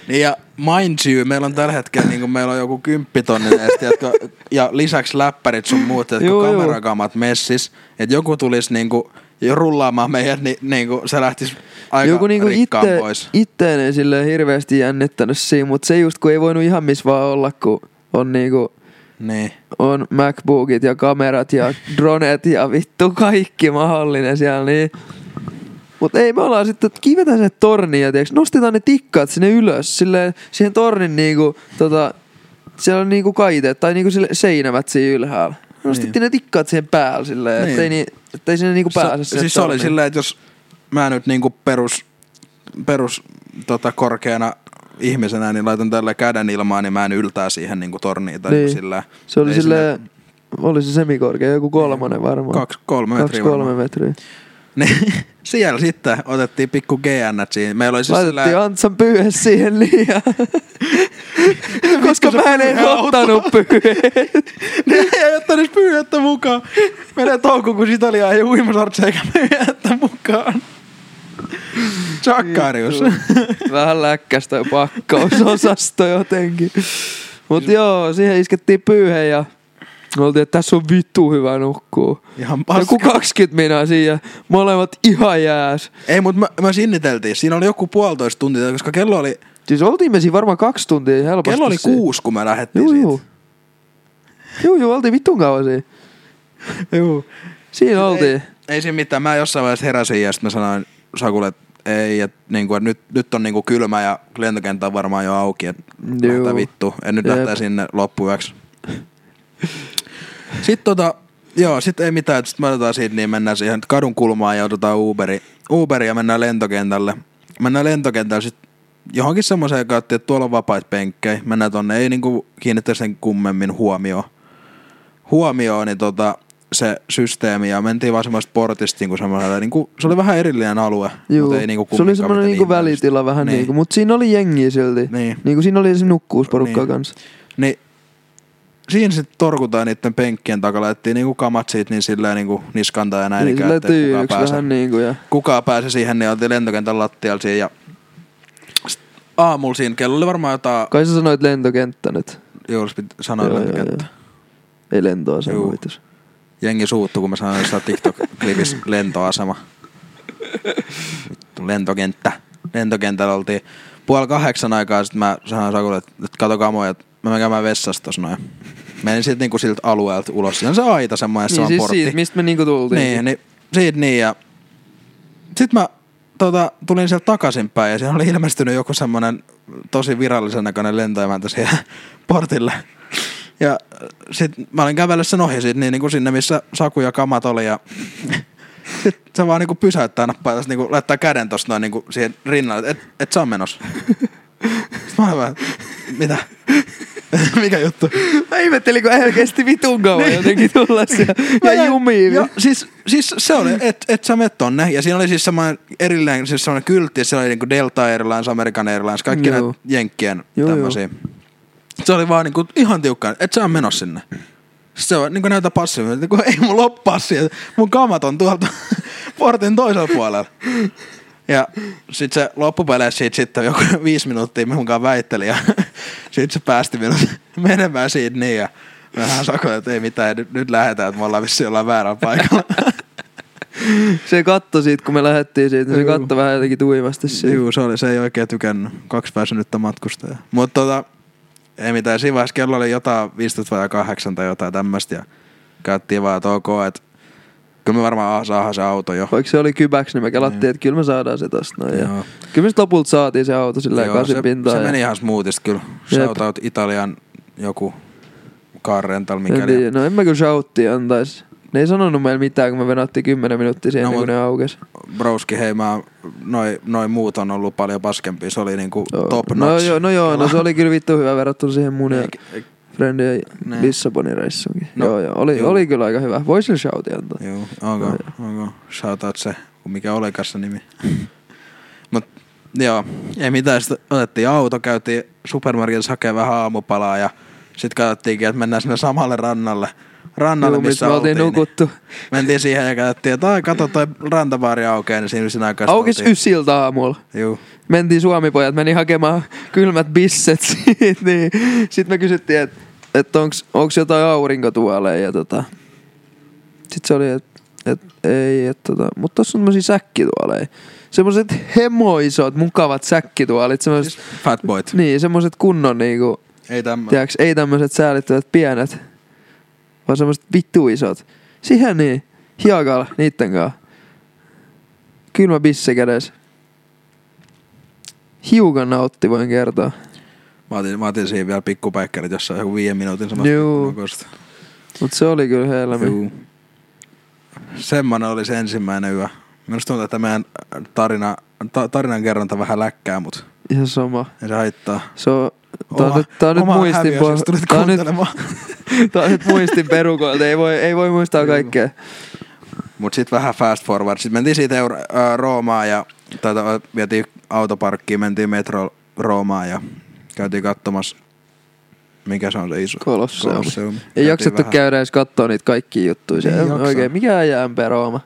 S3: Niin ja mind you, meillä on tällä hetkellä niin meillä on joku kymppitonninen esti, jotka, ja lisäksi läppärit sun muut, jotka
S2: Juu, juu.
S3: kamerakamat messis, että joku tulisi niin kuin, jo rullaamaan meidät, niin, niin kuin, se lähtisi aika
S2: joku niinku
S3: rikkaan
S2: itte,
S3: pois.
S2: itteen ei silleen hirveästi jännittänyt siinä, mutta se just kun ei voinut ihan missä vaan olla, kun on niinku
S3: Niin.
S2: on MacBookit ja kamerat ja dronet ja vittu kaikki mahdollinen siellä, niin... Mut ei, me ollaan sitten, kivetään se torni ja tiiäks, nostetaan ne tikkaat sinne ylös, silleen, siihen tornin niinku, tota, siellä on niinku kaiteet tai niinku sille, seinämät siinä ylhäällä. Nostettiin niin. ne tikkaat siihen päälle silleen,
S3: Niin.
S2: niin. ettei, ni, ettei sinne niinku pääse.
S3: Sa-
S2: sinne
S3: siis se oli
S2: torniin.
S3: silleen, että jos mä nyt niinku perus, perus tota, korkeana ihmisenä, niin laitan tällä käden ilmaan, niin mä en yltää siihen niinku torniin tai niin.
S2: Niin.
S3: sillä.
S2: Se oli
S3: ei Niin.
S2: silleen, oli se semikorkea, joku kolmonen varmaan.
S3: Kaksi, kolme
S2: Kaksi
S3: metriä
S2: kolme
S3: varmaan.
S2: metriä.
S3: Niin, siellä sitten otettiin pikku GN siinä. Meillä oli siis
S2: Laitettiin
S3: sillä...
S2: Antsan pyyhe siihen liian. Koska
S3: se
S2: mä en edes
S3: pyyhe auttoi?
S2: ottanut pyyhe.
S3: Ne ei jättänyt pyyhettä mukaan. Menee toukoon, kun Italia ei uimasartse eikä pyyhettä mukaan. Chakkarius.
S2: Vähän läkkäs toi pakkausosasto jotenkin. Mut joo, siihen iskettiin pyyhe ja me oltiin, että tässä on vittu hyvä nukkuu.
S3: Ihan
S2: Joku
S3: paska.
S2: 20 minaa siinä, molemmat ihan jääs.
S3: Ei, mutta mä, mä sinniteltiin. Siinä oli joku puolitoista tuntia, koska kello oli,
S2: Siis oltiin me siinä varmaan kaksi tuntia helposti.
S3: kello oli
S2: siinä.
S3: kuusi, kun me lähdettiin
S2: Juu,
S3: siitä.
S2: juu. Juu, juu, oltiin vittun kauan siinä. Juu. Siinä oltiin.
S3: Ei, ei siinä mitään. Mä jossain vaiheessa heräsin ja sitten mä sanoin Sakulle, että ei, et, niinku, et nyt, nyt on niinku kylmä ja lentokenttä on varmaan jo auki, että lähtää vittu. En nyt
S2: Jep.
S3: lähtee sinne loppuyöksi. Sitten tota, joo, sit ei mitään, sitten me otetaan siitä, niin mennään siihen kadun kulmaan ja otetaan Uberi, Uberi ja mennään lentokentälle. Mennään lentokentälle sitten johonkin semmoiseen kautta, että tuolla on vapaita penkkejä. Mennään tonne, ei niinku kiinnitä sen kummemmin huomioon. Huomioon, niin tota, se systeemi ja mentiin vaan semmoista portista niinku semmoiselle, niinku, se oli vähän erillinen alue.
S2: Juu.
S3: mutta ei niinku
S2: se oli
S3: kumminkaan
S2: semmoinen
S3: mitään
S2: niinku
S3: ihmeellistä.
S2: välitila vähän
S3: Niin.
S2: niin. niinku, mutta siinä oli jengiä silti.
S3: Niin.
S2: Niinku siinä oli esimerkiksi nukkuusporukkaa
S3: Niin.
S2: niin. kanssa.
S3: Niin siinä sitten torkutaan niiden penkkien takaa, laitettiin niinku kamat siitä niin silleen niinku niskantaa ja näin.
S2: Niin,
S3: ikään,
S2: sillä
S3: ettei kukaan
S2: tyyjyksi
S3: pääse-
S2: vähän niinku ja
S3: kukaan pääsi siihen, niin oltiin lentokentän lattialla siinä ja sit aamulla siinä kello oli varmaan jotain,
S2: Kai sä sanoit lentokenttä nyt.
S3: juuri piti sanoa lentokenttä.
S2: Ei lentoa se
S3: Juu.
S2: huvitus.
S3: Jengi suuttu, kun mä sanoin jossain TikTok-klipissä lentoasema. Vittu, lentokenttä. Lentokentällä oltiin puoli kahdeksan aikaa, sitten mä sanoin Sakulle, että nyt kato kamoja, että mä menen käymään vessassa tossa noin. Menin sitten niinku siltä alueelta ulos. Siinä on se aita semmoinen,
S2: Niin
S3: niin,
S2: siis
S3: portti.
S2: siitä, mistä me niinku tultiin.
S3: Niin, niin, siitä niin ja sit mä tota, tulin sieltä takaisinpäin ja siellä oli ilmestynyt joku semmonen tosi virallisen näköinen lentoemäntä siellä portille. Ja sit mä olin kävellyt sen ohi sit, niin, niin kuin sinne, missä Saku ja kamat oli ja sit se vaan niinku pysäyttää nappaa ja niinku laittaa käden tosta noin niinku siihen rinnalle, et, et sä on menossa. Sit mä olin vaan, mitä? Mikä juttu?
S2: Mä ihmettelin, kun äijä kesti vitun kauan jotenkin tulla siellä.
S3: Niin. Mä
S2: Ja
S3: jäin-
S2: jumiin.
S3: Joo, siis, siis se oli, että et sä menet tonne. Ja siinä oli siis semmoinen erillinen, siis semmoinen kyltti, siellä oli niinku Delta Airlines, American Airlines, kaikki
S2: Joo.
S3: näitä jenkkien
S2: Joo,
S3: tämmöisiä. Se oli vaan niinku ihan tiukka, että sä on menossa sinne. Sitten se on niinku näytä passiivinen, että kun ei mulla ole passia, mun kamat on tuolta portin toisella puolella. Ja sit se loppupeleissä siitä sitten joku viisi minuuttia me mukaan väitteli ja sit se päästi minut menemään siitä niin ja vähän sakoin, että ei mitään, nyt, nyt lähdetään, että me ollaan vissiin ollaan väärällä paikalla.
S2: Se katto siitä, kun me lähdettiin siitä, niin se
S3: Juu.
S2: katto vähän jotenkin tuimasti siitä.
S3: Juu, se oli, se ei oikein tykännyt, kaksi pääsynyttä matkustajaa. Mutta tota, ei mitään, siinä vaiheessa kello oli jotain 15 vai 8 tai jotain tämmöistä ja käyttiin vaan, että ok, että kyllä me varmaan saadaan se auto jo.
S2: Vaikka se oli kybäksi, niin me kelattiin, että kyllä me saadaan se tosta noin. Ja
S3: Joo.
S2: kyllä me sit lopulta saatiin se auto sillä
S3: Joo,
S2: kasin
S3: se,
S2: pintaan.
S3: se
S2: ja-
S3: meni ihan smoothista kyllä.
S2: Jep.
S3: Shoutout Italian joku car rental,
S2: En
S3: mikäli.
S2: tiedä, No en mä kyllä shouttia antais. Ne ei sanonut meille mitään, kun me venattiin 10 minuuttia siihen,
S3: No,
S2: no, kun
S3: mut-
S2: ne aukes.
S3: Broski, hei mä, noi, noi muut on ollut paljon paskempia. Se oli niinku
S2: Joo.
S3: top
S2: no,
S3: notch.
S2: joo, no joo, no se oli kyllä vittu hyvä verrattuna siihen mun ja
S3: Eik-
S2: Frendien
S3: Ne.
S2: Lissabonin reissuunkin.
S3: No,
S2: No, joo, joo, oli,
S3: juu.
S2: oli kyllä aika hyvä. Voisi sillä shoutia antaa.
S3: Joo, onko,
S2: Joo,
S3: onko. Shoutout se, mikä olikaan se nimi. Mut joo, ei mitään. Sitten otettiin auto, käytiin supermarketissa hakemaan vähän aamupalaa ja sitten katsottiinkin, että mennään sinne samalle rannalle. Rannalle,
S2: Juu,
S3: missä
S2: me
S3: oltiin. niin
S2: oltiin nukuttu.
S3: Mentiin siihen ja katsottiin, että ai kato toi rantabaari aukeaa, niin siinä, siinä aikaa
S2: Aukes ysiltä aamulla.
S3: Joo.
S2: Mentiin Suomi-pojat, meni hakemaan kylmät bisset siitä, niin. Sitten me kysyttiin, että et onks, onks jotain aurinkotuoleja ja tota. Sitten se oli, että et, ei, että tota, mutta tossa on tämmösiä säkkituoleja. Semmoset hemoisot, mukavat säkkituolit, semmoset,
S3: Siis Fatboyt.
S2: niin, semmoset kunnon niinku,
S3: Ei tämmöinen.
S2: tiiäks, ei tämmöset säälittävät pienet, vaan semmoset vittu isot. Siihen niin, hiakalla, niitten kanssa. Kylmä bisse kädessä. Hiukan nautti voin kertoa.
S3: Mä otin, mä otin siihen vielä pikkupäikkärit, jossa on joku viiden minuutin samasta
S2: Juu.
S3: pikkumakosta.
S2: Mut se oli kyllä helmi.
S3: Juu. Semmoinen oli se ensimmäinen yö. Minusta tuntuu, että meidän tarina, ta, tarinan kerronta vähän läkkää, mutta
S2: Ihan sama.
S3: ei se haittaa.
S2: Se on, tää on, nyt, tää on nyt
S3: oma
S2: muistin,
S3: häviö, siis tulit
S2: tää on nyt,
S3: kuuntelemaan.
S2: tää on nyt muistin perukoilta. Ei voi, ei voi muistaa kaikkea.
S3: Mut sit vähän fast forward. Sit mentiin siitä Euro- ää, Roomaan ja tai to- vietiin autoparkkiin, mentiin metro Roomaan ja käytiin katsomassa, mikä se on se iso.
S2: Kolosseum.
S3: Kolosseum.
S2: Ei
S3: Käytiin
S2: jaksettu
S3: vähän-
S2: käydä edes kattoo niitä kaikkia juttuja.
S3: Ei
S2: siellä.
S3: jaksa.
S2: Oikein, mikä ajaa MP Rooma?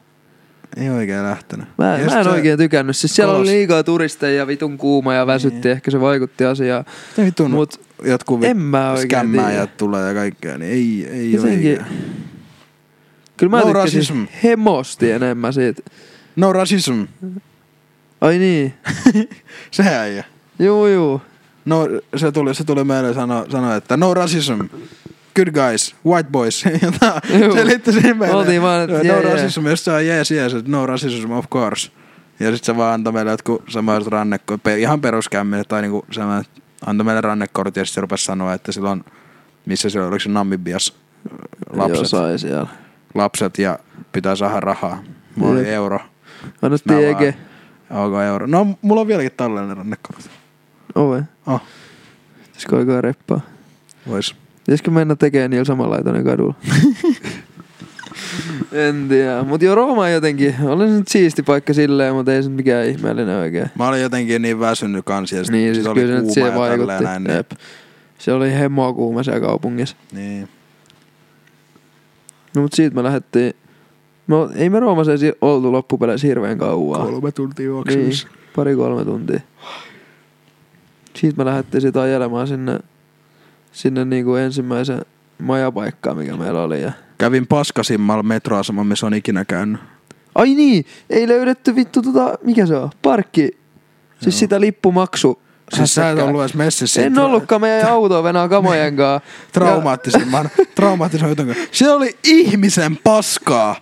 S3: Ei oikein lähtenyt.
S2: Mä,
S3: Ja sit
S2: mä en
S3: se-
S2: oikein tykännyt. Siis siellä oli
S3: Kolos- Niin.
S2: liikaa turisteja ja vitun kuuma ja väsytti. Ehkä se vaikutti asiaan.
S3: Ei vitun,
S2: Mut
S3: Mut jotkut
S2: en mä oikein
S3: skämmää
S2: tiedä.
S3: ja tulee ja kaikkea, niin ei, ei
S2: Jotenkin-
S3: oikein.
S2: kyllä mä
S3: No
S2: no, tykkäsin
S3: rasism.
S2: hemosti enemmän siitä.
S3: No rasism,
S2: Ai niin.
S3: sehän ei.
S2: Juu, juu.
S3: No se tuli, se tuli meille sanoa, sano, että no rasism, good guys, white boys, jotain.
S2: Juu.
S3: se liittyi siihen meille.
S2: Oltiin vaan, että
S3: no
S2: jee, jee.
S3: rasism, jos sä on jees, jees, että no rasism, of course. Ja sit se vaan antoi meille jotkut samat rannekko, pe- ihan peruskämmille tai niinku sama, antoi meille rannekortin ja sit se rupesi sanoa, että silloin, missä se oli, oliko se Namibias lapset,
S2: Joo, sai siellä.
S3: lapset ja pitää saada rahaa. Mulla oli
S2: Jep.
S3: euro. Mä
S2: Annettiin
S3: vaan-
S2: Ege
S3: Onko euro? No, mulla on vieläkin tällainen rannekortti.
S2: ove.
S3: Oh,
S2: Pitäisikö aikaa reppaa?
S3: vois.
S2: Pitäisikö mennä tekemään niillä samanlaitoinen kadulla? en tiedä. Mut joo, Rooma jotenkin. Oli se nyt siisti paikka silleen, mutta ei se nyt mikään ihmeellinen oikein.
S3: Mä olin jotenkin niin väsynyt kansi ja sit,
S2: Niin,
S3: sit
S2: siis
S3: oli
S2: kyllä se nyt
S3: kuuma
S2: siihen
S3: ja tälleen
S2: vaikutti.
S3: näin. Niin,
S2: Jep. Se oli hemmoa kuuma siellä kaupungissa.
S3: niin.
S2: No mut siitä me lähdettiin... No, ei me Roomassa edes oltu loppupeleissä hirveän kauan.
S3: kolme tuntia
S2: Ah. Niin, pari kolme tuntia. Siitä me lähdettiin sitä ajelemaan sinne, sinne niinku ensimmäisen majapaikkaan, mikä meillä oli. Ja...
S3: Kävin paskasimmalla metroasemalla, missä on ikinä käynyt.
S2: Ai niin, ei löydetty vittu tota, mikä se on, parkki. Siis
S3: Joo.
S2: sitä lippumaksu.
S3: Siis sä et
S2: hässäkkää.
S3: ollut edes messissä.
S2: En ollutkaan, meidän auto venaa kamojen kanssa.
S3: Traumaattisemman, traumaattisen Se oli ihmisen paskaa.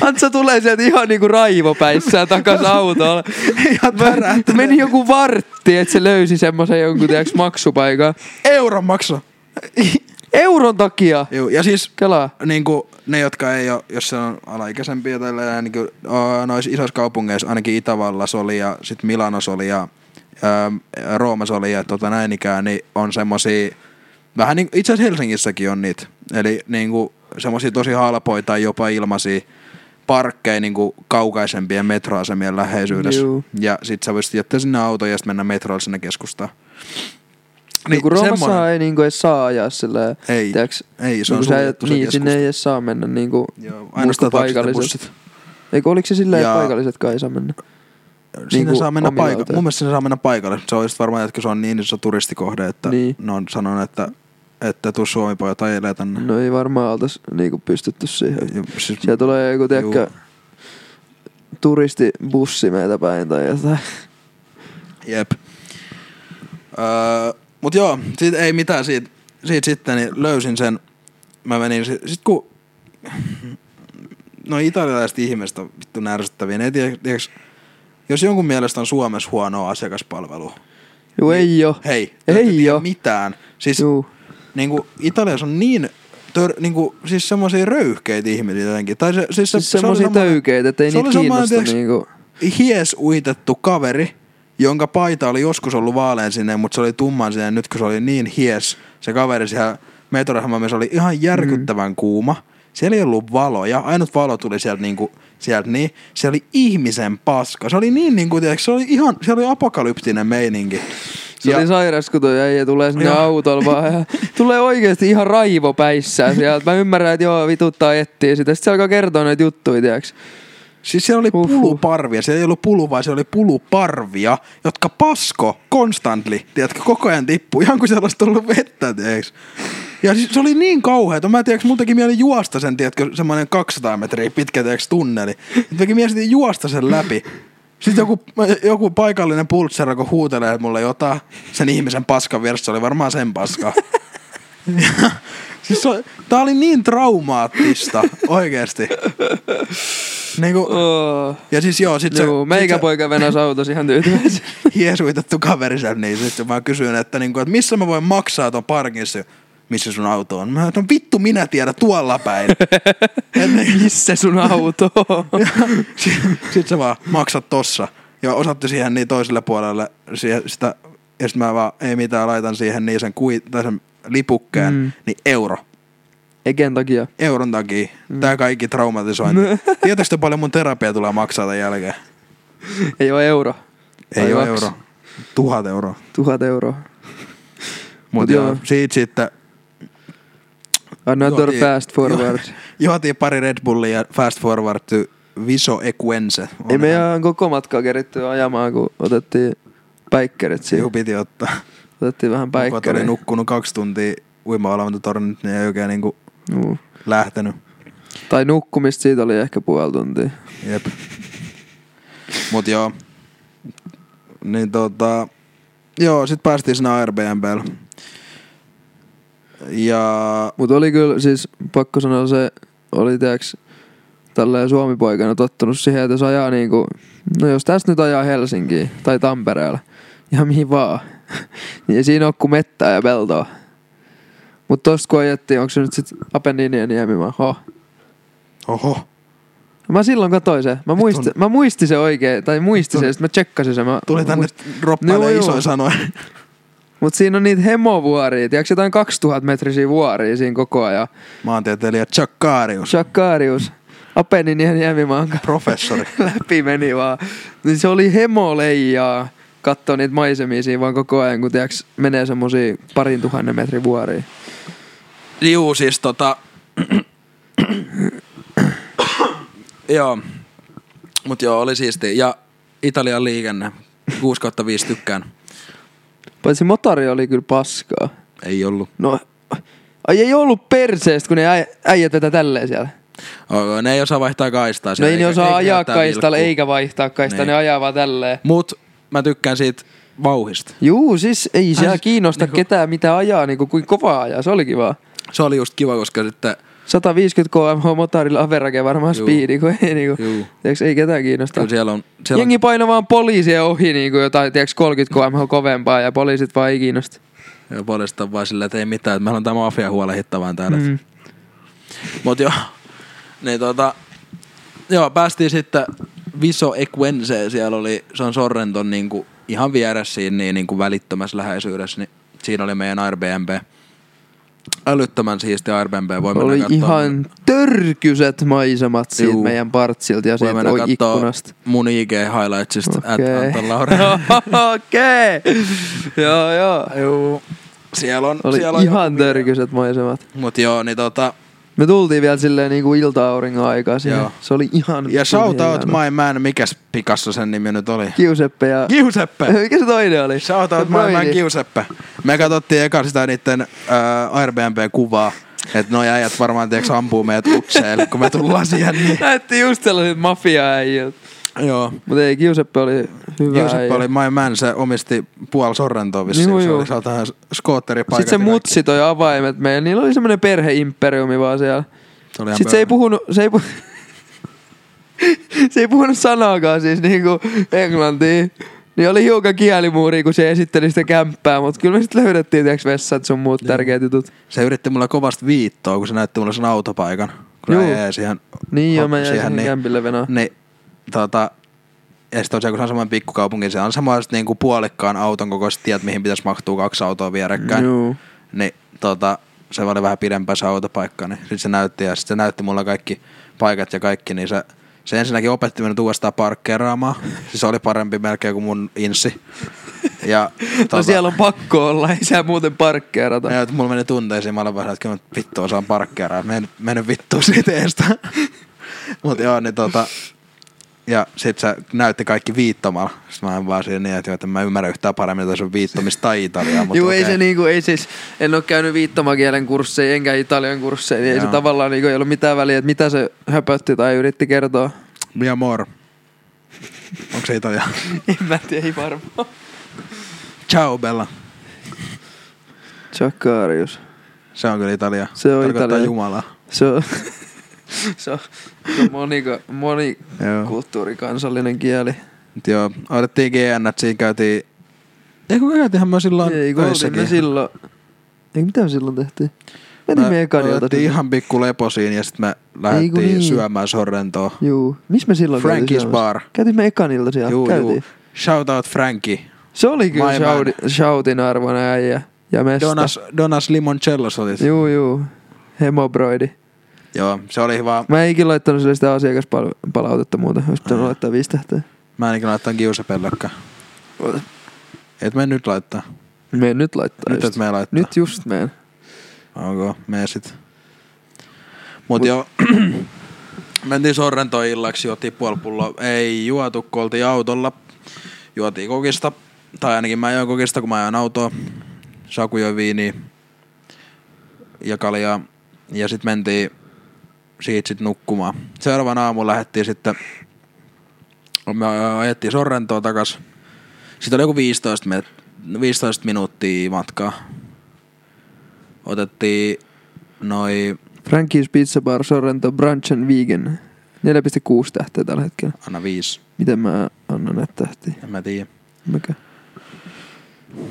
S2: Antsa tulee sieltä ihan niinku raivopäissään takas autolla.
S3: Ihan tärähtäneen.
S2: Meni joku vartti, että se löysi semmoisen jonkun tiiäks, maksupaikan.
S3: Euron makso.
S2: Euron takia.
S3: Joo, ja siis
S2: Kelaa.
S3: niin kuin ne, jotka ei ole, jos se on alaikäisempiä tai näin, niin kuin, aa, noissa isoissa kaupungeissa, ainakin Itävallassa oli ja sitten Milanossa oli ja äm, Roomassa oli ja tota näin ikään, niin on semmosia, vähän niin, itse asiassa Helsingissäkin on niitä, eli niin kuin semmosia tosi halpoja tai jopa ilmaisia parkkeja niin kuin kaukaisempien metroasemien läheisyydessä.
S2: Juu.
S3: Ja sit sä voisit jättää sinne auton ja sitten mennä metrolla sinne keskustaan.
S2: Niin, kun Roomassa
S3: semmonen-
S2: ei niinku edes saa ajaa silleen.
S3: ei,
S2: tiiäks,
S3: ei, se on
S2: niinku sä et-
S3: suljettu se
S2: Niin,
S3: keskusta.
S2: sinne ei edes saa mennä niinku
S3: Joo,
S2: muut
S3: ainoastaan
S2: kuin
S3: taksit ja bussit.
S2: Eikö oliko se silleen, että
S3: Ja-
S2: paikalliset kai ei saa mennä?
S3: Sinne
S2: Niinku
S3: saa mennä
S2: omilla
S3: paikalle.
S2: autoilla.
S3: Mun mielestä sinne saa mennä paikalle. Se on just varmaan, että kun se on niin iso turistikohde, että
S2: Niin.
S3: niin. ne on sanonut, että, että tuu Suomi-pojat ajelee tänne.
S2: No ei varmaan oltais niinku pystytty siihen.
S3: Ja Siis,
S2: Siellä tulee joku, tiedätkö,
S3: Juu.
S2: turistibussi meitä päin tai jotain.
S3: Jep. Öö, mut joo, siitä ei mitään siitä, siitä sitten, niin löysin sen. Mä menin, sit, sit kun no italialaiset ihmiset on vittu närsyttäviä. Ne ei tiedä, tiedäks, jos jonkun mielestä on Suomessa huonoa asiakaspalvelua,
S2: Juu, ei oo.
S3: hei,
S2: Ei
S3: ei tiedä
S2: oo.
S3: mitään. Siis
S2: Juu.
S3: niinku Italiassa on niin tör, niinku, siis semmoisia röyhkeitä ihmisiä jotenkin. Tai se, siis se,
S2: Siis
S3: se oli
S2: semmosia
S3: semmoinen
S2: töykeitä, ettei
S3: se
S2: niitä
S3: oli semmoinen,
S2: kiinnosta
S3: tiiäks-
S2: niinku.
S3: hies uitettu kaveri, jonka paita oli joskus ollut vaaleen sinne, mutta se oli tumman sinne. Nyt kun se oli niin hies, se kaveri siellä metrorahamamessa oli ihan järkyttävän mm. kuuma. Siellä ei ollut valoja. Ainut valo tuli sieltä, niinku, sieltä niin. Se oli ihmisen paska. Se oli niin, niinku, tiiäks, se oli ihan, se oli apokalyptinen meininki.
S2: Se oli sairas, kun toi äijä tulee sinne
S3: Joo.
S2: autolla vaan. Ja tulee oikeesti ihan raivopäissään sieltä. Mä ymmärrän, että joo, vituttaa etsiä sitä. Sitten se alkaa kertoa noita juttuja, tiiäks.
S3: Siis siellä oli
S2: Huhhuh.
S3: puluparvia. Siellä ei ollut pulu, vaan siellä oli puluparvia, jotka pasko constantly. Tiedätkö, koko ajan tippuu. Ihan kuin siellä olisi tullut vettä, tiedätkö? Ja siis se oli niin kauheata. Mä en tiedä, mun teki mieli juosta sen, tiedätkö, semmoinen 200 metriä pitkä, tiedätkö, tunneli. Mä teki mieli sitten juosta sen läpi. Sitten joku, joku paikallinen pultsera, kun huutelee mulle jotain, sen ihmisen paskan vieressä, se oli varmaan sen paska. Ja, siis se, oli- tää oli niin traumaattista, oikeesti. Niinku,
S2: Oh.
S3: ja siis joo, sit se,
S2: Joo,
S3: sit
S2: meikä
S3: se
S2: poika venas autossa ihan tyytyväisenä.
S3: hiesuitettu kaveri sen, niin sitten mä kysyin, että, niinku, että missä mä voin maksaa ton parkissa, missä sun auto on. Mä sanoin, no vittu minä tiedän, tuolla päin.
S2: Missä sun auto on?
S3: sitten sit se vaan, maksat tossa. Ja osatti siihen niin toiselle puolelle siihen, sitä, ja sitten mä vaan, ei mitään, laitan siihen niin sen, kui, tai sen lipukkeen,
S2: Mm.
S3: mm. niin euro.
S2: Eken takia.
S3: Euron takia.
S2: Mm.
S3: Tää kaikki traumatisointi. Tietääkö te paljon mun terapia tulee maksaa tämän jälkeen?
S2: Ei oo euro.
S3: Ei
S2: Tai
S3: ole
S2: kaksi.
S3: euro. Tuhat euroa.
S2: Tuhat euroa. Mut
S3: Mut
S2: joo.
S3: joo, siitä sitten
S2: Another
S3: Juotiin-
S2: fast forward.
S3: Ju- Juotiin pari Red Bullia ja fast forward to Viso Equense. On
S2: Ei me
S3: ihan-
S2: ihan koko matkaa keritty ajamaan, kun otettiin päikkerit siihen.
S3: Juu, piti ottaa.
S2: Otettiin vähän
S3: Kun oli
S2: päikkerit.
S3: nukkunut kaksi tuntia uima-alavantatornit, niin ei oikein niinku
S2: Juu.
S3: lähtenyt.
S2: Tai nukkumista siitä oli ehkä puoli tuntia.
S3: Jep. Mut joo. Niin tota... Joo, sit päästiin sinne Airbnbllä. Ja...
S2: Mut oli kyllä siis pakko sanoa se, oli tiiäks, tälleen suomipoikana tottunut siihen, että jos ajaa niinku, no jos tässä nyt ajaa Helsinkiin tai Tampereella, ihan mihin vaan, niin ei siinä ole kuin mettää ja peltoa. Mutta tosta kun ajettiin, onko se nyt sit Apenninien niemi, mä, oh.
S4: Oho.
S2: mä silloin katsoin se, mä, muisti, mä muistin se oikein, tai muistin
S4: Tuli-
S2: se, sitten mä tsekkasin se. Mä,
S4: Tuli
S2: mä
S4: tänne
S2: muist- Joo,
S4: roppailemaan
S2: joo.
S4: isoin sanoin.
S2: Mut siinä on niitä hemovuoria, tiiäks jotain 2000 metrisiä vuoria siinä koko ajan.
S4: Maantieteilijä Chakarius,
S2: Shakarius, Apenin ihan jämimaan
S4: professori.
S2: läpi meni vaan. Niin se oli hemoleijaa katsoa niitä maisemia siinä vaan koko ajan, kun tiiäks, menee semmosia parin tuhannen metrin vuoria.
S3: Juu, siis tota... joo. Mut joo, oli siisti. Ja Italian liikenne. 6 kautta 5 tykkään.
S2: Paitsi motori oli kyllä paskaa.
S3: Ei ollut.
S2: No, ai ei ollut perseestä, kun ne äi- äijät vetää tälleen siellä.
S3: Oh, ne ei osaa vaihtaa kaistaa.
S2: No
S3: siellä,
S2: ei ne
S3: eikä-
S2: osaa
S3: eikä
S2: ajaa
S3: jättää
S2: kaistalle
S3: vilkkuu.
S2: eikä vaihtaa kaistaa,
S3: Niin.
S2: ne ajaa vaan tälleen.
S3: Mut mä tykkään siitä vauhista.
S2: Juu, siis ei siellä
S3: siis
S2: kiinnosta
S3: niinku-
S2: ketään mitä ajaa, niinku kuin kovaa ajaa, se oli kivaa.
S3: Se oli just kiva, koska sitten...
S2: 150 km motorilla average varmaan
S3: Juu.
S2: speedi, kun ei niinku,
S3: Juu.
S2: tiiäks, ei ketään kiinnosta.
S3: Kyllä siellä on... Siellä
S2: Jengi paino vaan poliisia ohi niinku jotain, tiiäks, 30 km kovempaa ja poliisit vaan ei kiinnosta.
S3: on... Ja puolestaan vaan sillä, että ei mitään. Että meillä on tämä mafia huolehittavaan täällä. Mm.
S2: Mm.
S3: Mut joo. Niin tota... Joo, päästiin sitten Viso Equenseen. Siellä oli, se on Sorrenton niinku ihan vieressä siinä niin, niinku välittömässä läheisyydessä. Niin siinä oli meidän Airbnb. Älyttömän siisti Airbnb. Voi mennä
S2: Oli
S3: kattoo-
S2: ihan törkyset maisemat siitä
S3: Juu.
S2: meidän partsilta ja
S3: voi
S2: siitä
S3: mennä
S2: oi
S3: kattoo
S2: ikkunasta.
S3: mun IG highlightsista. Okay. At
S2: Okei.
S3: Anton Laureen.
S2: Okei. Joo, joo.
S3: Joo. Siellä on,
S2: Oli
S3: siellä on
S2: ihan törkyset maisemat.
S3: Mut joo, niin tota...
S2: Me tultiin vielä silleen niinku ilta-auringon aikaa siihen.
S3: Joo.
S2: No, Se oli ihan...
S4: Ja shout out
S2: hienoa.
S4: my man, mikäs Picasso sen nimi nyt oli?
S2: Giuseppe ja...
S4: Giuseppe!
S2: Mikä se toinen oli?
S4: Shout out my
S2: Broidi.
S4: man Giuseppe. Me katsottiin eka sitä niitten uh, Airbnb-kuvaa, että noi äijät varmaan tiiäks ampuu meidät ukseille, kun me tullaan siihen. Niin.
S2: Näytti just sellaiset mafia-äijät.
S4: Joo.
S2: Mut ei, Giuseppe oli hyvä
S4: Giuseppe
S2: äijä.
S4: oli my man, se omisti puol Sorrentoa vissiin.
S2: Juu,
S4: se
S2: juu.
S4: oli saatahan skootteripaikat.
S2: Sitten se
S4: ja kaikki.
S2: mutsi toi avaimet meille. Niillä oli semmonen perheimperiumi vaan siellä.
S4: Se oli ihan
S2: Sitten se ei
S4: pöörä.
S2: puhunut... Se ei puh... se ei puhunut sanaakaan siis niinku englantia. Niin oli hiukan kielimuuri, kun se esitteli sitä kämppää, mutta kyllä me sitten löydettiin tiiäks vessat sun muut tärkeät jutut.
S4: Se yritti mulle kovasti viittoa, kun se näytti mulle sen autopaikan. Kun
S2: Juu.
S4: Juu. jäi siihen,
S2: Niin joo, mä
S4: hop-
S2: jäin siihen
S4: niin,
S2: kämpille venaan.
S4: niin, tota, ja sitten tosiaan, kun se on saman pikkukaupungin, se on samanlaiset niinku puolikkaan auton kokoiset tiet, mihin pitäisi mahtua kaksi autoa vierekkäin.
S2: Juu.
S4: Niin tota, se oli vähän pidempää se autopaikka, niin sitten se näytti, ja sitten se näytti mulle kaikki paikat ja kaikki, niin se, se ensinnäkin opetti minut uudestaan parkkeeraamaan. Siis se oli parempi melkein kuin mun insi. Ja, tuota,
S2: No siellä on pakko olla, ei sä muuten parkkeerata.
S4: Mä että mulla meni tunteisiin, mä olin vähän, että kyllä mä vittu osaan parkkeeraa. Mä en mennyt vittu siitä eestä. Mut joo, niin tota... Ja sit se näytti kaikki viittomalla. Sitten mä en vaan siinä niin, että joo, että mä en ymmärrä yhtään paremmin tätä sun viittomista tai italiaa. Mut
S2: Juu,
S4: okei.
S2: ei se niinku, ei siis, en ole käynyt viittomakielen kursseja, enkä italian kursseja, niin ei se
S4: Joo.
S2: tavallaan niinku, ei ollut mitään väliä, että mitä se höpötti tai yritti kertoa. niin-
S4: Mi amor. Onko se italia?
S2: en mä tiedä, ei varmaan.
S4: Ciao Bella.
S2: Chakarius.
S4: Se on kyllä italia.
S2: Se on
S4: Tarkoittaa
S2: italia.
S4: Jumalaa.
S2: Se on, se on, se on moniko,
S4: Joo.
S2: monikulttuurikansallinen kieli.
S4: Mut joo, otettiin GN, että siinä käytiin... Eikö me käytiinhän me silloin
S2: ei, kun oltiin me
S4: töissäkin?
S2: silloin, ei mitä me silloin tehtiin? Meni me ekan
S4: otettiin
S2: jotain.
S4: ihan pikku leposiin ja sitten me lähdettiin
S2: Ei kun niin.
S4: niin. syömään sorrentoa.
S2: Juu, missä me silloin
S4: Frankie's
S2: käytiin syömässä?
S4: Bar.
S2: Käytiin me ekanilla siellä,
S4: Juu,
S2: käytiin.
S4: juu. Shout out Frankie.
S2: Se oli kyllä
S4: My
S2: shouti, shoutin arvon äijä ja mesta.
S4: Donas, Donas Limoncello sä otit.
S2: Juu, juu. Hemobroidi.
S4: Joo, se oli hyvä.
S2: Mä en ikinä laittanut sille sitä asiakaspalautetta muuten. Olisi pitänyt laittaa viisi tähteä.
S4: Mä en ikinä laittanut kiusapellökkään. Et me nyt laittaa.
S2: Me en nyt laittaa.
S4: Nyt
S2: just.
S4: et me laittaa.
S2: nyt just meen.
S4: Onko? Me sit.
S3: Mut joo, mentiin Sorrentoon illaksi, juotiin puolipullo. Ei juotu, kun oltiin autolla. Juotiin kokista. Tai ainakin mä join kokista, kun mä ajoin autoa. Saku joi viiniä ja kaljaa. Ja sit mentiin siitä sit nukkumaan. Seuraavan aamun lähettiin sitten, me ajettiin Sorrentoa takas. Sitten oli joku 15, met- 15 minuuttia matkaa. Otettiin noin
S2: Frankie's Pizza Bar Sorrento Brunch and Vegan. 4,6 tähteä tällä hetkellä.
S5: Anna viisi.
S2: Miten mä annan näitä tähtiä?
S3: En mä tiedä.
S2: Mikä?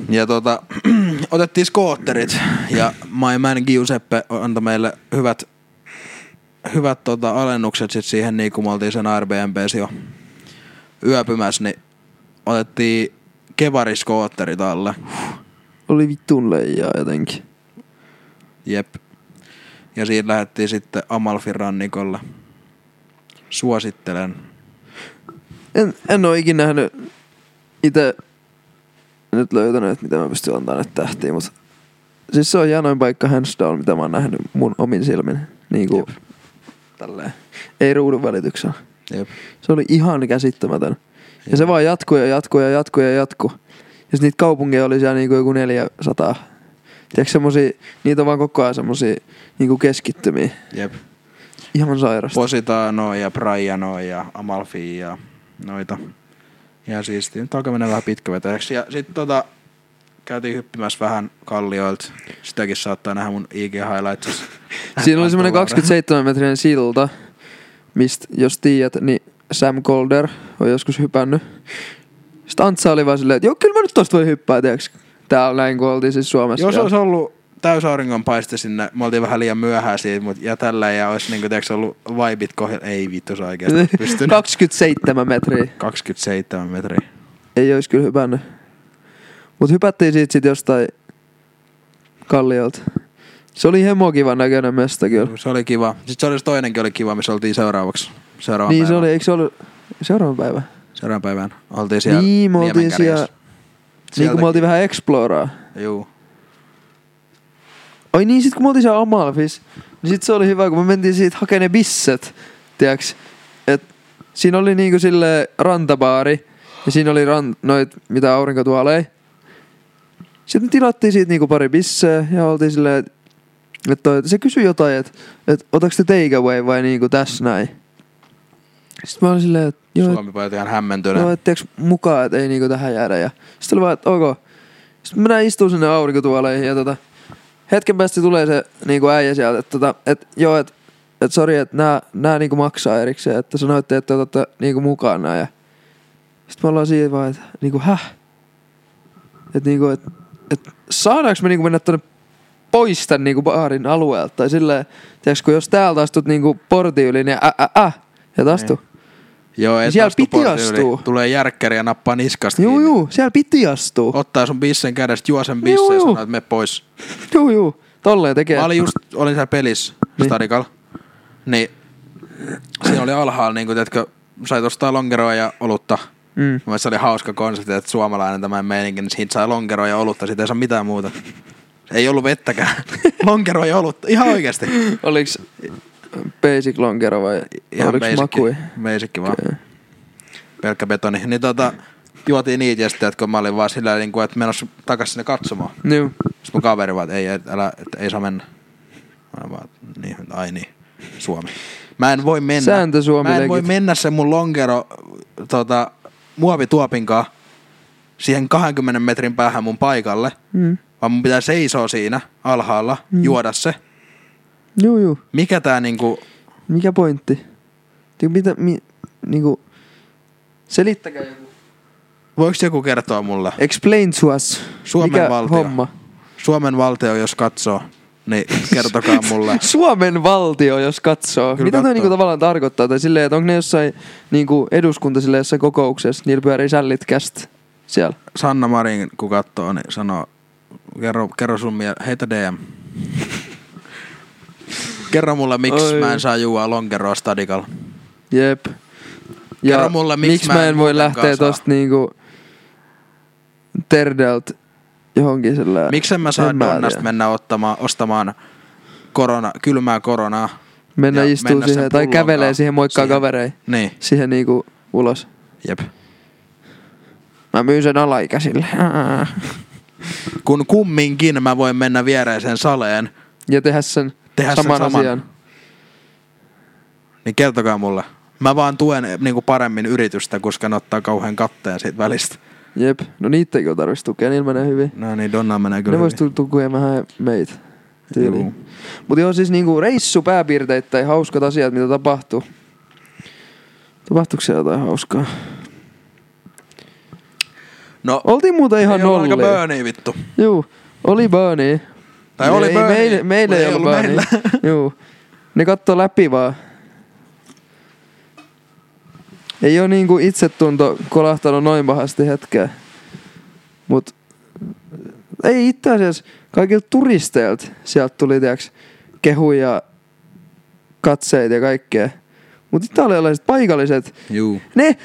S3: Ja tota, otettiin skootterit ja my man Giuseppe antoi meille hyvät, hyvät tota, alennukset sit siihen, niin kun me oltiin sen Airbnbs jo yöpymässä, niin otettiin kevariskootterit alle.
S2: Oli vittun leijaa jotenkin.
S3: Jep. Ja siitä lähdettiin sitten Amalfin rannikolle. Suosittelen.
S2: En, en ole ikinä nähnyt itse nyt löytänyt, että mitä mä pystyn antaa näitä tähtiä, mutta siis se on hienoin paikka hands down, mitä mä oon nähnyt mun omin silmin. Niin kuin, tälleen. Ei ruudun välityksellä.
S3: Jep.
S2: Se oli ihan käsittämätön. Ja se vaan jatkuu ja jatkuu ja jatkuu ja jatkuu. Ja sit niitä kaupunkeja oli siellä niinku joku 400. Tiedätkö semmosia, niitä on vaan koko ajan semmosia niinku keskittymiä.
S3: Jep.
S2: Ihan sairasta.
S3: Positano ja Briano ja Amalfi ja noita. Ja siisti. Nyt alkaa mennä vähän pitkävetäjäksi. Ja sitten tota, käytiin hyppimässä vähän kallioilta. Sitäkin saattaa nähdä mun IG highlightsissa.
S2: Siinä oli semmoinen 27 metrinen silta, mistä jos tiedät, niin Sam Calder on joskus hypännyt. Sitten Antsa oli vaan silleen, että joo, kyllä mä nyt tosta voi hyppää, tiiäks. Täällä näin, kun oltiin siis Suomessa.
S3: Jos
S2: Ja-
S3: olisi ollut täys auringonpaiste sinne, me oltiin vähän liian myöhään siitä, mutta ja tällä ja olisi niinku, tiiäks, ollut vaibit kohdalla. Ei vittu, se oikeasti pystynyt.
S2: 27 Niin. metriä.
S3: 27 metriä.
S2: Ei olisi kyllä hypännyt. Mut hypättiin siitä sit jostain kalliolta. Se oli hemo kivan näköinen mesta kyllä.
S3: Se oli kiva. Sitten se oli se toinenkin oli kiva, missä oltiin seuraavaksi. Seuraavan
S2: Niin se
S3: päivän.
S2: oli, eikö se ollut Niin seuraavan päivän?
S3: Seuraavan päivän. Oltiin siellä
S2: niin, me oltiin siellä,
S3: Niemenkärjessä.
S2: niin kun
S3: Sieltäkin.
S2: me oltiin vähän exploraa.
S3: Juu.
S2: Ai niin, sit kun me oltiin siellä Amalfis, niin sit se oli hyvä, kun me mentiin siitä hakemaan ne bisset, tiiäks. Et siinä oli niinku sille rantabaari, ja siinä oli ran, noit, mitä aurinko tuo alei. Sitten me tilattiin siitä niinku pari bisseä, ja oltiin silleen, et- et toi, se kysyi jotain, että et, otaks te take away vai niinku tässä näin. Sitten mä olin silleen, että joo, et-
S3: Suomi pojat ihan hämmentyneet.
S2: Joo, et tiiäks, mukaan, että ei niinku tähän jäädä. Ja sitten oli vaan, että ok. Sitten minä istun sinne aurinkotuoleihin ja tota, hetken päästä tulee se niinku äijä sieltä, että tota, et, joo, että et, sori, että nää, nää niinku maksaa erikseen, että sanoitte, että otatte niinku mukaan nää. Ja... Sitten me ollaan siinä vaan, että niinku häh? Että niinku, et, et, saadaanko me niinku mennä tonne pois tän niinku baarin alueelta? Tai silleen, tiiäks, kun jos täältä astut niinku portin yli, niin ä, ä, ä, ja astuu.
S3: Joo, ei
S2: Siellä
S3: astu
S2: piti
S3: portin yli.
S2: astua.
S3: Tulee järkkäri ja nappaa niskasta
S2: Juu,
S3: kiinni.
S2: juu, siellä piti astua.
S3: Ottaa sun bissen kädestä, juo sen
S2: Juu,
S3: bissen ja
S2: juu.
S3: sanoo, että me pois.
S2: Juu, juu. Tolleen tekee.
S3: Mä olin just, olin siellä pelissä,
S2: Niin.
S3: niin. Starikalla. Niin, siinä oli alhaalla, niin kuin, tiedätkö, sai tostaa lonkeroa ja olutta. Mm.
S2: Mm.
S3: Mielestäni se oli hauska konsepti, että suomalainen tämä meininki, niin siitä sai lonkeroa ja olutta, siitä ei saa mitään muuta. Ei ollut vettäkään. lonkeroa ja olutta, ihan oikeasti.
S2: Oliks basic lonkero vai
S3: Ihan
S2: oliks
S3: beisikki,
S2: makui?
S3: beisikki vaan. pelkkä betoni. Niin tota, juotiin niitä ja sitten, että kun mä olin vaan sillä niin kuin, että menossa takaisin sinne katsomaan.
S2: Juu.
S3: Sitten mun kaveri vaan, että ei, et, älä, et, ei saa mennä. Mä vaan, niin, ai niin, Suomi. Mä en voi mennä.
S2: Sääntö Suomi
S3: Mä en voi
S2: legit.
S3: mennä sen mun lonkero tota, muovituopinkaan siihen 20 metrin päähän mun paikalle,
S2: Mm.
S3: vaan mun pitää seisoa siinä alhaalla, juoda se.
S2: Juu, juu.
S3: Mikä tää niinku,
S2: Mikä pointti? Niinku mitä, mi, niinku... Selittäkää joku.
S3: voiko joku kertoa mulle?
S2: Explain to us.
S3: Suomen
S2: Mikä
S3: valtio.
S2: homma?
S3: Suomen valtio, jos katsoo, niin kertokaa mulle.
S2: Suomen valtio, jos katsoo.
S3: Kyllä
S2: Kyllä Mitä toi
S3: katsoo.
S2: niinku tavallaan tarkoittaa? Tai silleen, että onko ne jossain niinku eduskunta silleen jossain kokouksessa, niillä pyörii sällit käst siellä.
S3: Sanna Marin, kun katsoo, niin sanoo, kerro, kerro sun mie- heitä DM. kerro mulle, miksi
S2: Oi.
S3: Oi. mä en saa juua lonkeroa stadikalla.
S2: Jep.
S3: Kerro mulle, miksi
S2: miksi
S3: mä
S2: mä
S3: en
S2: en voi
S3: muutenkaan
S2: lähteä
S3: saa?
S2: tosta niinku terdelt johonkin sillä...
S3: Miksi mä saa
S2: En mä
S3: Donnasta
S2: tiedä.
S3: mennä ottamaan, ostamaan korona, kylmää koronaa?
S2: Mennä
S3: ja
S2: istuu
S3: mennä
S2: siihen
S3: sen
S2: tai
S3: pullonkaan
S2: kävelee siihen moikkaa
S3: siihen?
S2: kaverei.
S3: Niin,
S2: Siihen niinku ulos.
S3: jep.
S2: Mä myyn sen alaikäisille.
S3: Kun kumminkin mä voin mennä viereiseen saleen,
S2: Ja tehdä sen
S3: Tehdä sen
S2: saman,
S3: saman.
S2: asian.
S3: niin kertokaa mulle. Mä vaan tuen niinku paremmin yritystä, koska ne ottaa kauhean katteen siitä välistä.
S2: Jep. No niitä ei kyllä tarvitsisi tukea, niillä menee hyvin.
S3: No niin, Donna menee kyllä
S2: ne vois
S3: hyvin.
S2: tu- tukea vähän meitä.
S3: Juu.
S2: Tyyliin. Mut joo siis niinku reissu pääpiirteittäin hauskat asiat mitä tapahtuu. Tapahtuiko siellä jotain hauskaa?
S3: No,
S2: Oltiin muuten ihan
S3: ei ollut aika
S2: nollia.
S3: burni vittu.
S2: Juu, oli burnia.
S3: Tai oli
S2: ei,
S3: burnia,
S2: Meillä, meillä
S3: mut
S2: ei ollut burnia. Juu. Ne kattoo läpi vaan. Ei oo niinku itsetunto kolahtanut noin pahasti hetkeä. Mut ei itse asiassa kaikilta turisteilta sieltä tuli tiiäks, kehuja, katseita ja kaikkea. Mut italialaiset paikalliset,
S6: Juu.
S2: ne
S3: Se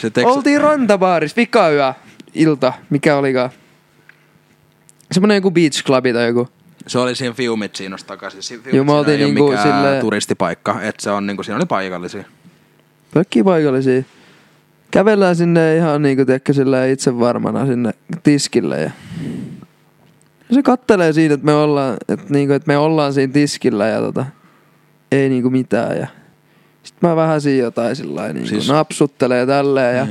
S2: Teks...
S3: teksti,
S2: Oltiin rantabaaris, vikayö, ilta, mikä olikaan. Semmonen joku beach clubi tai joku.
S3: se oli siinä Fiumitsinos takaisin. Si-
S2: Joo, me oltiin
S3: ei oo
S2: niinku
S3: mikään
S2: silleen-
S3: turistipaikka, että se on niinku, siinä oli paikallisia.
S2: Kaikki paikallisia. Kävellään sinne ihan niinku tiedätkö sillä itse varmana sinne tiskille ja ja se kattelee siinä, että me ollaan, että niinku, että me ollaan siinä tiskillä ja tota, ei niinku mitään. Ja sitten mä vähän siinä jotain sillä niinku, siis...
S3: Siis-
S2: napsuttelee ja tälleen. Ja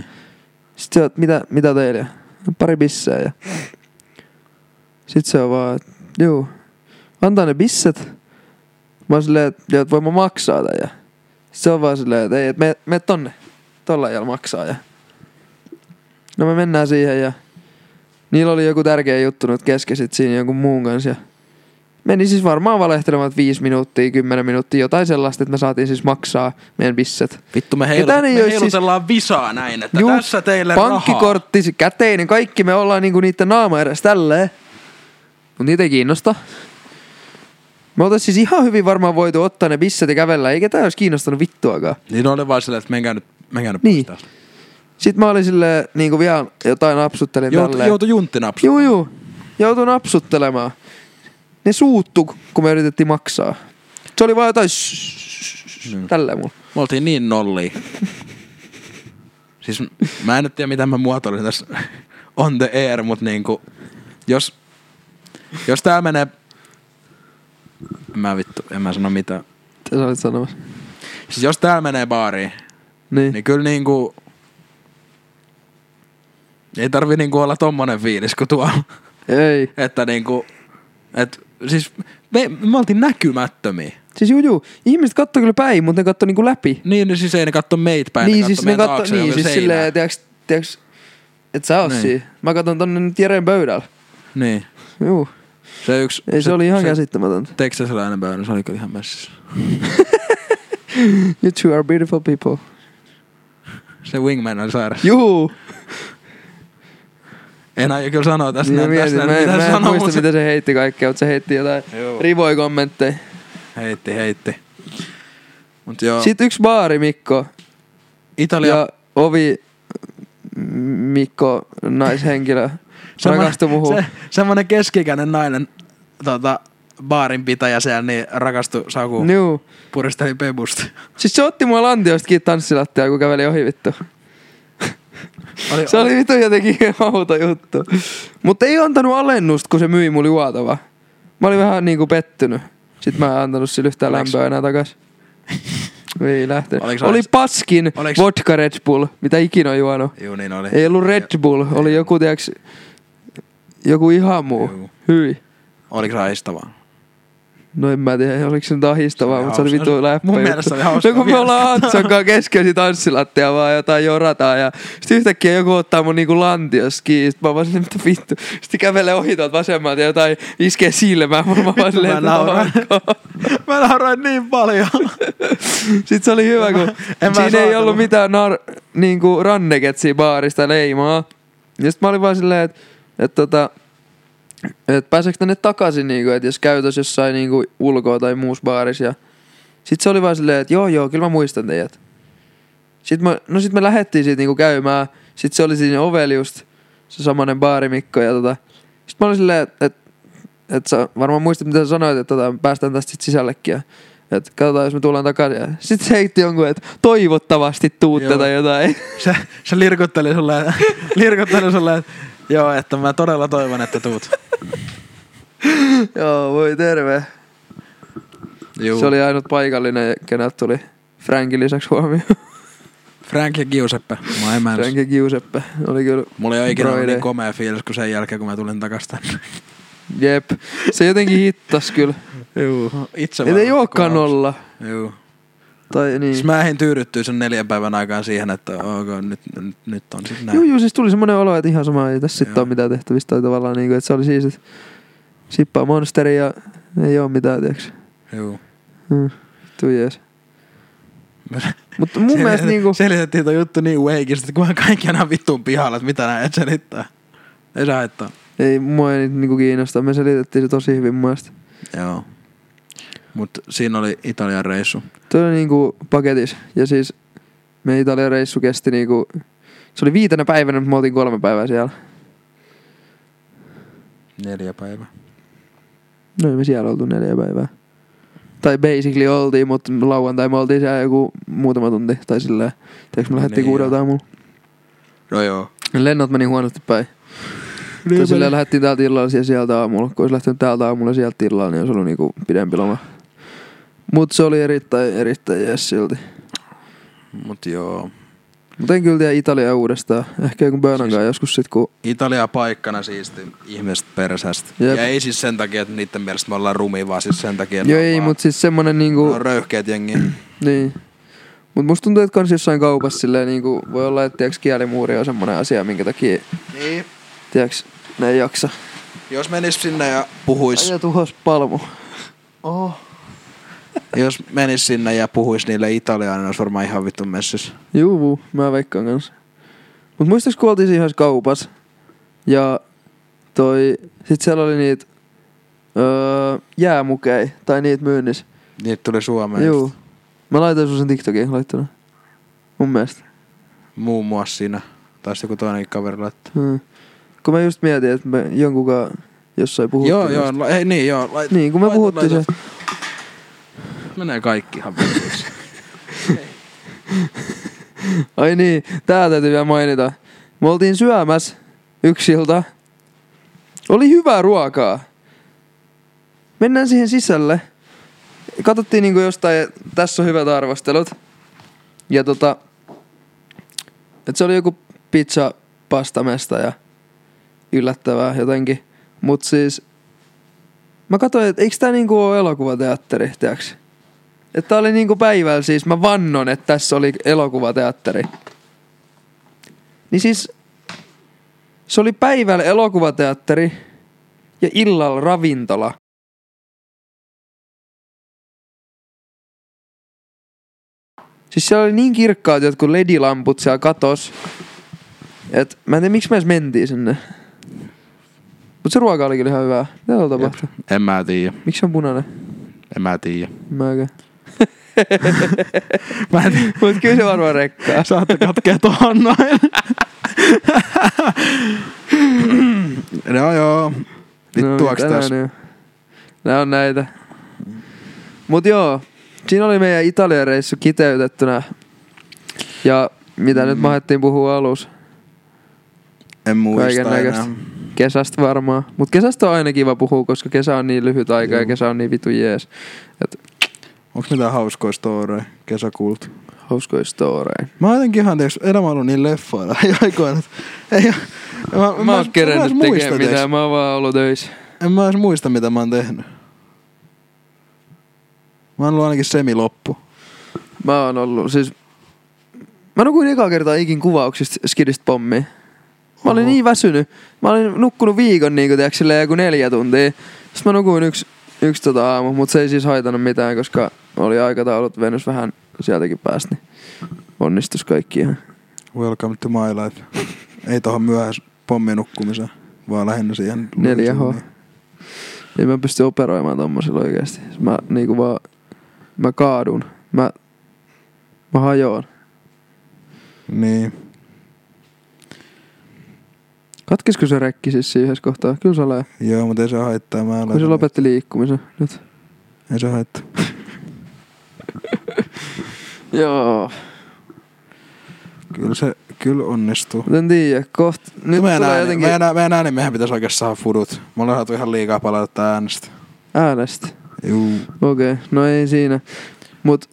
S2: sitten se on, että mitä, mitä teillä? on? Pari bissejä. Ja... Sitten se on vaan, että juu, antaa ne bisset. Mä oon silleen, että, joo, että voin mä maksaa tän. Ja sit se on vaan silleen, että ei, että me, me tonne. Tolla ei maksaa. Ja... No me mennään siihen ja Niillä oli joku tärkeä juttu nyt kesken sit siinä jonkun muun kanssa. Ja meni siis varmaan valehtelemat 5 minuuttia, 10 minuuttia, jotain sellaista, että me saatiin siis maksaa meidän bisset.
S3: Vittu, me, heilu,
S2: Ketään ei
S3: me
S2: oo siis-
S3: heilutellaan visaa näin, että
S2: Juu,
S3: tässä teille rahaa.
S2: Pankkikortti, rahaa. käteinen, kaikki me ollaan niinku niitten naama edes tälleen. Mut niitä ei kiinnosta. Me oltais siis ihan hyvin varmaan voitu ottaa ne bisset ja kävellä, eikä tää olisi kiinnostanut vittuakaan.
S3: Niin oli vaan silleen, että menkää nyt, menkää nyt
S2: Niin.
S3: pois tästä.
S2: Sitten mä olin silleen, niinku vielä jotain napsuttelin
S3: Joutu,
S2: tälleen.
S3: joutu juntti napsu.
S2: Juu, juu. Joutui napsuttelemaan. Ne suuttu, kun me yritettiin maksaa. Se oli vaan jotain mm. tälleen mulla.
S3: Me oltiin niin nolli. siis mä en nyt tiedä, mitä mä muotoilin tässä on the air, mutta niinku, jos, jos tää menee... En Mä vittu, en mä sano mitään.
S2: Mitä sä olit sanomassa?
S3: Siis jos täällä menee baariin,
S2: Niin.
S3: niin kyllä niinku... Ei tarvi niinku olla tommonen fiilis kuin tuolla.
S2: Ei.
S3: Että niinku... Et, siis me, me oltiin näkymättömiä.
S2: Siis juu, juu. Ihmiset kattoi kyllä päin, mutta ne kattoi niinku läpi.
S3: Niin, niin siis ei ne katso meitä päin,
S2: niin,
S3: ne
S2: siis
S3: siis
S2: ne
S3: meidän
S2: kattoi,
S3: taakse
S2: niin, siis silleen, tiiäks, tiiäks, et sä oo
S3: Niin.
S2: siinä. Mä katon tonne nyt Jeren pöydällä.
S3: Niin.
S2: Juu.
S3: Se yksi...
S2: Ei se, se oli ihan se... käsittämätöntä.
S3: Teksasilainen pöydä, se oli kyllä ihan messissä.
S2: You two are beautiful people.
S3: Se wingman oli sairas.
S2: Juu.
S3: En aio kyllä sanoa tässä
S2: Niin, mä
S3: näin, tässä
S2: mietin, mä,
S3: näin,
S2: mä,
S3: mitä
S2: en
S3: sanoa,
S2: muista,
S3: mutta se-
S2: mitä se heitti kaikkea, mutta se heitti jotain
S3: Joo.
S2: rivoja kommentteja.
S3: Heitti, heitti. Mut joo,
S2: Sitten yksi baari, Mikko.
S3: Italia...
S2: Ja ovi m- Mikko, naishenkilö,
S3: semmonen-
S2: rakastui muuhun.
S3: Se, semmonen keskikäinen nainen, tota, baarinpitäjä siellä, niin rakastui Saku.
S2: Juu.
S3: Puristeli pebusta.
S2: Siis se otti mua lantiostakin tanssilattia, kun käveli ohi vittu.
S3: Oli,
S2: Se oli vittu jotenkin outo juttu. Mutta ei antanut alennusta, kun se myi mulle juotava. Mä olin vähän niinku pettynyt. Sitten mä en antanut sille yhtään
S3: Oliks-
S2: lämpöä enää takas. Ei lähtenyt.
S3: Oliks-
S2: Oli
S3: oliks-
S2: paskin
S3: oliks-
S2: vodka Red Bull, mitä ikinä on juonut.
S3: Juu, niin oli.
S2: Ei ollut Red Bull, oli joku, tiiäks, joku ihan muu.
S3: Juu.
S2: Hyi.
S3: Oliko se ahistavaa?
S2: No en mä tiedä, oliko se nyt
S3: Se
S2: ahistavaa,
S3: oli
S2: mutta se oli
S3: hauska.
S2: vittu läppä.
S3: Mun mielestä se oli hauska
S2: No kun me
S3: mielestä.
S2: ollaan Antsonkaan keskeisiä tanssilattia vaan jotain jorataan ja sitten yhtäkkiä joku ottaa mun niinku lantios kiinni. Sitten mä vaan silleen, mitä vittu. Sitten kävelee ohi tuolta vasemmalta ja jotain iskee silmään. Mä mä vaan silleen,
S3: mä
S2: että
S3: nauroin.
S2: ok.
S3: Mä nauroin niin paljon.
S2: Sitten se oli hyvä, kun
S3: En mä
S2: siinä ei
S3: saatellut.
S2: ollut mitään nar- niinku ranneket siinä baarista leimaa. Ja sitten mä olin vaan silleen, että et tota, et pääseekö tänne takaisin, niinku, että jos käytös jossain niinku ulkoa tai muussa baarissa. Ja... Sitten se oli vaan silleen, että joo joo, kyllä mä muistan teidät. Sitten mä, no sitten me lähdettiin siitä niinku käymään. Sitten se oli siinä oveli just, se samanen baarimikko. Ja tota, sitten mä olin silleen, että et, et sä varmaan muistat mitä sä sanoit, että tota, päästään tästä sit sisällekin. Ja, et katsotaan, jos me tullaan takaisin. Sitten se heitti jonkun, että toivottavasti tuutte
S3: Joo.
S2: tai jotain.
S3: Se, se lirkutteli sulle, lirkutteli sulle, että joo, että mä todella toivon, että tuut.
S2: joo, voi terve.
S3: Juu.
S2: Se oli ainut paikallinen, kenet tuli Frankin lisäksi huomioon.
S3: Frank ja Giuseppe. Mä en mä
S2: Frank ja Giuseppe. Oli kyllä
S3: Mulla ei ole ikinä ollut
S2: broide.
S3: niin komea fiilis kuin sen jälkeen, kun mä tulin takas tänne.
S2: Jep. Se jotenkin hittas kyllä.
S3: Juu. Itse
S2: Et ei ookaan nolla.
S3: Juu.
S2: Tai niin.
S3: Siis mä en tyydyttyä sen neljän päivän aikaan siihen, että okay, nyt, nyt, nyt on sitten näin.
S2: Joo, joo, siis tuli semmoinen olo, että ihan sama ei tässä sitten
S3: Joo.
S2: ole mitään tehtävistä tai tavallaan niinku, että se oli siis, että sippaa monsteri ja ei ole mitään, tiiäks.
S3: Joo.
S2: Mm. Tuu jees. Mutta mun mielestä niinku,
S3: Selitettiin toi juttu niin wakeista, että kunhan kaikki on ihan vittuun pihalla, että mitä näin et selittää. Ei saa haittaa.
S2: ei mua ei nyt niinku kiinnosta, me selitettiin se tosi hyvin mun mielestä.
S3: Joo. Mut siinä oli Italian reissu.
S2: Tuo oli niinku paketis. Ja siis me Italian reissu kesti niinku... Se oli viitenä päivänä, mutta me oltiin kolme päivää siellä.
S3: Neljä päivää.
S2: No ei me siellä oltu neljä päivää. Tai basically oltiin, mutta lauantai me oltiin siellä joku muutama tunti. Tai silleen. Tiedätkö me lähdettiin
S3: Niin,
S2: kuudelta
S3: joo.
S2: aamulla.
S3: No joo.
S2: Lennot meni huonosti päin.
S3: Niin
S2: Tai silleen lähdettiin täältä illalla ja sieltä aamulla. Kun olisi lähtenyt täältä aamulla ja sieltä illalla, niin olisi ollut niinku pidempi loma. Mut se oli erittäin, erittäin jees silti.
S3: Mut joo.
S2: Mut en kyllä tiedä Italiaa uudestaan. Ehkä joku Bernankaan siis... joskus sit, kun
S3: Italia paikkana siisti ihmiset persästä.
S2: Jep.
S3: Ja ei siis sen takia, että niiden mielestä me ollaan rumia, vaan siis sen takia, että
S2: Joo
S3: ne on
S2: ei,
S3: vaan- No,
S2: mut siis semmonen
S3: ne
S2: niinku,
S3: on röyhkeät jengi.
S2: niin. Mut musta tuntuu, että kans jossain kaupassa silleen niinku, voi olla, että tiiäks kielimuuri on semmonen asia, minkä takia,
S3: niin.
S2: tiiäks, ne ei jaksa.
S3: Jos menis sinne ja puhuis,
S2: Aja tuhos palmu.
S3: oh. jos menis sinne ja puhuis niille italiaan, niin olisi varmaan ihan vittu messissä.
S2: Juu, mä veikkaan kans. Mut muistaaks kun oltiin siinä yhdessä kaupassa, ja toi, sit siellä oli niitä öö, jäämukei, tai niitä myynnissä.
S3: Niitä tuli Suomeen.
S2: Juu. Mä laitoin sun sen TikTokiin laittuna. Mun mielestä.
S3: Muun muassa siinä. Tai sitten joku toinen kaveri laittaa.
S2: Hmm. Kun mä just mietin, että me jonkunkaan jossain puhuttiin.
S3: Joo, joo,
S2: tästä.
S3: la- ei niin, joo. Lait,
S2: Niin, kun me
S3: laita,
S2: puhuttiin
S3: laita.
S2: se.
S3: Menee kaikki ihan vituiksi.
S2: Ai niin, tää täytyy vielä mainita. Me oltiin syömässä yksi ilta. Oli hyvää ruokaa. Mennään siihen sisälle. Katsottiin niinku jostain, että tässä on hyvät arvostelut. Ja tota, et se oli joku pizza pastamesta ja yllättävää jotenkin. Mut siis, mä katsoin, että eikö tää niinku ole elokuvateatteri, tiiäks? Että tää oli niinku päivällä siis, mä vannon, että tässä oli elokuvateatteri. Niin siis, se oli päivällä elokuvateatteri ja illalla ravintola. Siis siellä oli niin kirkkaat jotkut ledilamput siellä katos, että mä en tiedä miksi me edes mentiin sinne. Mut se ruoka oli kyllä ihan hyvää. Mitä täällä tapahtui?
S7: En mä tiedä.
S2: Miksi se on punainen?
S7: En mä tiedä.
S2: Mäkö?
S3: Mä en tiedä.
S2: Mut kyllä se varmaan rekkaa.
S3: Saatte katkea tohon noin. no joo.
S2: niin,
S3: Vittuaks no,
S2: mitä
S3: tässä?
S2: nää nyt on? Nää on näitä. Mut joo, siinä oli meidän Italian reissu kiteytettynä. Ja mitä mm. nyt mahdettiin puhua alus.
S3: En
S2: Kaiken
S3: muista
S2: näköistä.
S3: enää.
S2: Kesästä varmaan. Mut kesästä on aina kiva puhua, koska kesä on niin lyhyt aika ja kesä on niin vitu jees.
S3: Onks mitään hauskoja storeja kesäkuulta?
S2: Hauskoja storeja.
S3: Mä oon jotenkin ihan teeks, elämä on ollut niin leffoilla aikoina. et Ei, oo- mä,
S2: Mä, mä oon kerännyt
S3: mä en muista,
S2: tekemään
S3: tiiäks.
S2: mitään, mä oon vaan ollut töissä.
S3: En mä edes muista, mitä mä oon tehnyt. Mä oon ollut ainakin semiloppu.
S2: Mä oon ollut, siis... Mä nukuin ekaa kertaa ikin kuvauksista skidistä pommiin. Mä olin niin väsynyt. Mä olin nukkunut viikon niinku tiiäks silleen joku neljä tuntia. Sitten mä nukuin yksi, yksi tota aamu, mut se ei siis haitannut mitään, koska oli aikataulut venys vähän sieltäkin päästä. Niin onnistus kaikki ihan.
S3: Welcome to my life. Ei tohon myöhäis pommin nukkumiseen, vaan lähinnä siihen.
S2: 4H. Ei mä pysty operoimaan tommosilla oikeesti. Mä niinku vaan... Mä kaadun. Mä... Mä hajoan.
S3: Niin.
S2: Katkesiko se rekki siis siinä yhdessä kohtaa? Kyllä se lähe.
S3: Joo, mutta ei se haittaa. Mä
S2: Kun se
S3: lähden-
S2: lopetti liikkumisen nyt.
S3: Ei se haittaa.
S2: Joo.
S3: Kyllä se kyllä onnistuu.
S2: Mut en tiedä, kohta. Nyt
S3: meidän,
S2: tulee
S3: ääni,
S2: jotenkin
S3: meidän, ää- meidän ääni, mehän pitäisi oikeasti saada fudut. Me ollaan saatu ihan liikaa palautetta äänestä.
S2: äänestä.
S3: Juu.
S2: Okei, okay. no ei siinä. Mut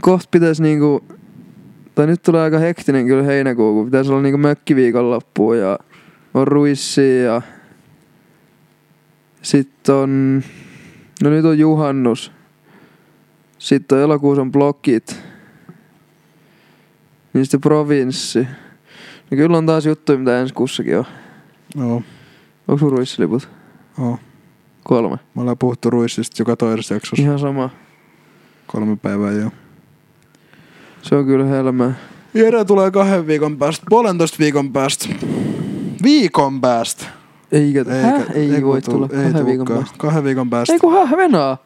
S2: kohta pitäis niinku... Tai nyt tulee aika hektinen kyllä heinäkuu, kun pitäis olla niinku mökkiviikonloppu ja on ruissi ja... Sitten on... No nyt on juhannus. Sitten on elokuussa on blokit. Niin sitten provinssi. No kyllä on taas juttuja, mitä ensi kussakin on.
S3: Joo,
S2: Onko sun ruissiliput?
S3: joo.
S2: Kolme.
S3: Me ollaan puhuttu ruissista joka toisessa jaksossa.
S2: Ihan sama.
S3: Kolme päivää joo.
S2: Se on kyllä helmää.
S3: Jere tulee kahden viikon päästä, puolentoista viikon päästä. Viikon päästä.
S2: Eikä, Häh? ei voi tulla kahden viikon
S3: tulekaan.
S2: päästä.
S3: Kahden viikon päästä.
S2: Ei kun hahvenaa.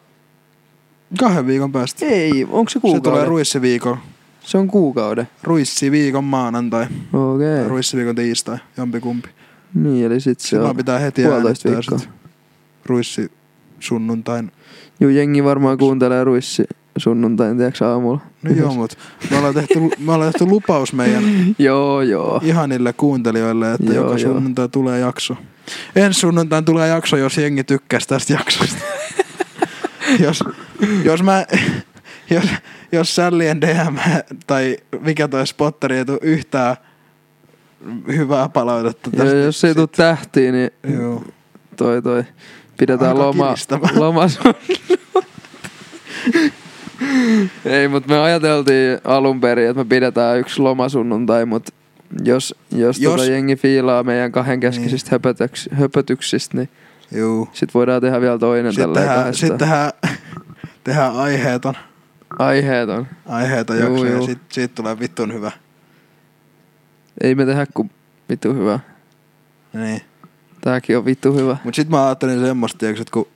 S3: Kahden viikon päästä.
S2: Ei, onko se
S3: Se
S2: kuukauden?
S3: tulee ruissiviikon.
S2: se on kuukauden.
S3: Ruissiviikon maanantai.
S2: Okei. Okay.
S3: Ruissiviikon tiistai. Jompikumpi.
S2: Niin, eli sit se
S3: Silloin
S2: on.
S3: pitää heti
S2: puolitoista
S3: äänittää
S2: viikkoa.
S3: sit. Ruissi sunnuntain.
S2: Juu, jengi varmaan kuuntelee ruissi sunnuntain, tiedätkö aamulla.
S3: No joo, mut me ollaan tehty, me ollaan tehty lupaus meidän
S2: joo, joo.
S3: ihanille kuuntelijoille, että
S2: Oh. Joo,
S3: joka
S2: joo.
S3: sunnuntai tulee jakso. Ensi sunnuntain tulee jakso, jos jengi tykkäisi tästä jaksosta. jos, jos mä... Jos, jos sällien DM tai mikä toi spotteri ei tule yhtään hyvää palautetta
S2: Ja
S3: tästä.
S2: jos ei tuu tähtiin, niin
S3: Joo.
S2: toi toi. Pidetään
S3: Aika
S2: loma,
S3: kiristävää.
S2: loma Ei, mutta me ajateltiin alun perin, että me pidetään yksi lomasunnuntai, mutta jos, jos, jos...
S3: Jos-
S2: Tota jengi fiilaa meidän kahdenkeskisistä niin. höpötyksistä, niin
S3: Joo.
S2: sit voidaan tehdä vielä toinen
S3: Sitten
S2: tällä
S3: tehdään, sit tehdään, tehdään aiheeton,
S2: Aiheet on.
S3: aiheeton
S2: Juu,
S3: jakso ja
S2: juu.
S3: sit, siitä tulee vittun hyvä.
S2: Ei me tehdä kuin vittu hyvä.
S3: Niin.
S2: Tääkin on vittu hyvä.
S3: Mut sit mä ajattelin semmoista, tiiäks, että kun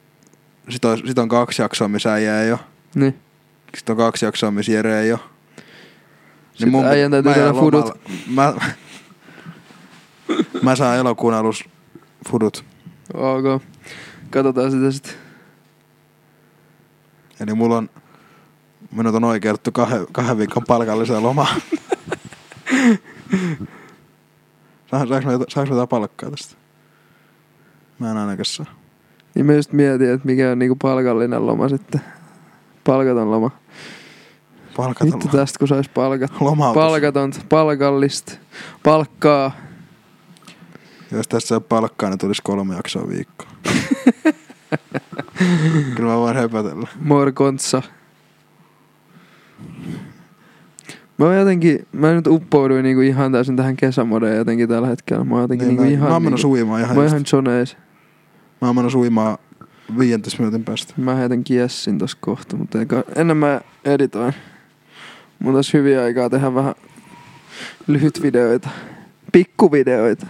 S3: sit on, sit on kaksi jaksoa, missä äijä ei oo.
S2: Niin.
S3: Sitten on kaksi jaksoa, missä Jere ei oo. Niin
S2: Sitten äijän täytyy
S3: mä jään
S2: tehdä fudut.
S3: lomalla. Mä, mä saan elokuun alussa fudut.
S2: Ok. Katsotaan sitä sitten.
S3: Eli mulla on, minut on oikeutettu kahden, kahden viikon palkalliseen lomaan. Saan- saanko, mä, jota- saanko mä jotain palkkaa tästä? Mä en ainakaan saa.
S2: Niin mä just mietin, että mikä on niinku palkallinen loma sitten. Palkaton loma.
S3: Palkaton
S2: Vittu tästä kun sais palkat.
S3: lomautus.
S2: Palkatonta, palkallista, palkkaa.
S3: Jos tässä ei ole palkkaa, niin tulisi kolme jaksoa viikkoa. Kyllä mä voin höpötellä.
S2: Morkontsa. Mä oon jotenkin, mä nyt uppouduin niinku ihan täysin tähän kesämodeen jotenkin tällä hetkellä. Mä oon jotenkin
S3: Niin,
S2: niinku
S3: mä,
S2: ihan,
S3: mä oon menossa
S2: niinku,
S3: uimaan ihan,
S2: mä oon
S3: just.
S2: ihan joneis.
S3: Mä oon menossa uimaan 15 minuutin päästä.
S2: Mä heitän kiessin tossa kohta, mutta eikä, ennen mä editoin. Mulla olisi hyviä aikaa tehdä vähän lyhytvideoita. Pikkuvideoita.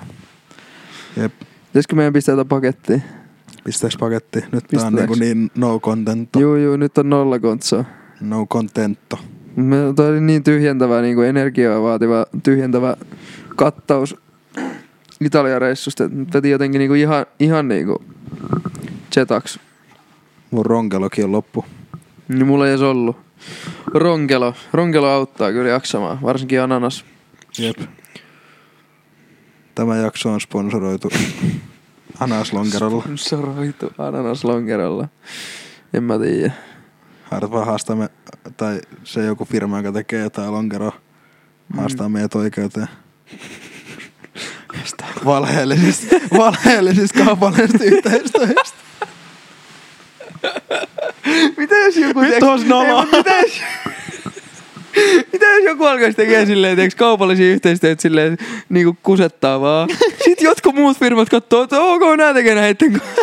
S3: Jep,
S2: Pitäisikö meidän pistää jotain pakettiin?
S3: pistääks paketti? Nyt tää on
S2: Pistääks?
S3: niinku niin no contento.
S2: Juu, juu, nyt on nolla kontsaa.
S3: No contento.
S2: Me, toi oli niin tyhjentävä, niin kuin energiaa vaativa, tyhjentävä kattaus Italian reissusta. että Nyt veti jotenkin niin kuin ihan, ihan niin kuin jetaks.
S3: Mun ronkelokin on loppu.
S2: Niin mulla ei edes ollut. Ronkelo. Ronkelo auttaa kyllä jaksamaan, varsinkin ananas.
S3: Jep. Tämä jakso on sponsoroitu Anaslonkerolla.
S2: Sponsoroitu ananaslonkerolla. En mä tiedä.
S3: Harva haastamme, tai se joku firma, joka tekee jotain lonkeroa, haastaa meidät oikeuteen. Valheellisista, valheellisista kaupallisista yhteistyöstä.
S2: Mitä jos joku...
S3: Vittu on snoma.
S2: Mitä jos... Mitä jos joku alkaisi tekemään silleen, tiiäks, kaupallisia yhteistyötä silleen niinku kusettaa vaan. Sitten jotkut muut firmat katsoo, että ok, nää tekee näitten kanssa.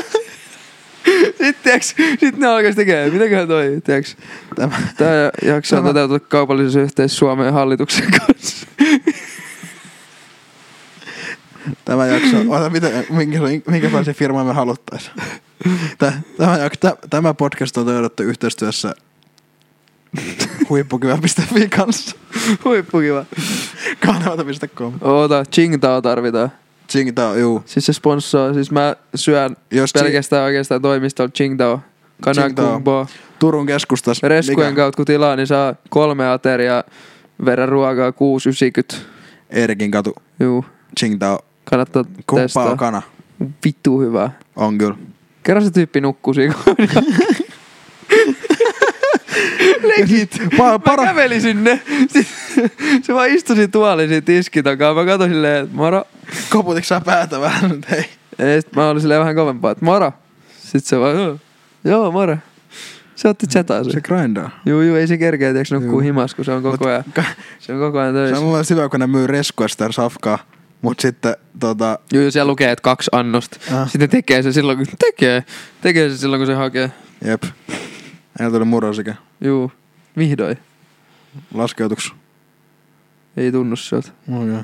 S2: Sitten tiiäks, sit ne alkaisi tekemään, mitäköhän toi, tiiäks.
S3: Tämä,
S2: Tää jakso on
S3: Tämä-
S2: toteutettu kaupallisessa yhteistyössä Suomen hallituksen kanssa.
S3: tämä jakso, ota, mitä, minkä, minkälaisia firmaa me haluttaisiin. Tämä, tämä, jak- tä- tämä podcast on löydetty yhteistyössä huippukyvä.fi kanssa.
S2: Huippukiva.
S3: Kanavata.com.
S2: Oota, chingtaa tarvitaan.
S3: Tsingtao, juu.
S2: Siis se sponssoo, siis mä syön
S3: Jos Tsi-
S2: pelkästään oikeastaan toimistolla chingtao.
S3: Tsingtao.
S2: Kanakumboa.
S3: Turun keskustassa.
S2: Reskujen
S3: mikä-
S2: kautta kun tilaa, niin saa kolme ateriaa verran ruokaa 6,90.
S3: Erikin katu.
S2: Juu,
S3: Tsingtao.
S2: kannattaa
S3: Kumppaa
S2: testaa.
S3: on kana.
S2: Vittu hyvää.
S3: On kyllä.
S2: Kerran se tyyppi nukkuu siinä kohdassa. Legit.
S3: Pa-
S2: Mä
S3: para-
S2: kävelin sinne. Sit- se vaan istui siinä tuolin siinä tiskin takaa. Mä katsoin silleen, että moro.
S3: Koputitko sä päätä vähän nyt? Hei.
S2: Ja sit mä olin silleen vähän kovempaa, että moro. Sitten se vaan, joo, joo moro. Se otti chataa
S3: Se
S2: sen.
S3: grindaa.
S2: Juu, juu, ei se kerkeä, tiiäks nukkuu
S3: Juu.
S2: himas, kun se on koko ajan, se on koko ajan
S3: Se on
S2: töissä.
S3: mun mielestä hyvä, kun ne myy reskua sitä safkaa. Mut sitten tota,
S2: Juu, juu, siellä lukee, että kaksi annosta.
S3: Ah.
S2: Sitten tekee se silloin, kun tekee. Tekee se silloin, kun se hakee.
S3: jep. Ei tuli murrosikä.
S2: Juu, vihdoin.
S3: Laskeutuks.
S2: Ei tunnu sieltä.
S3: Okay.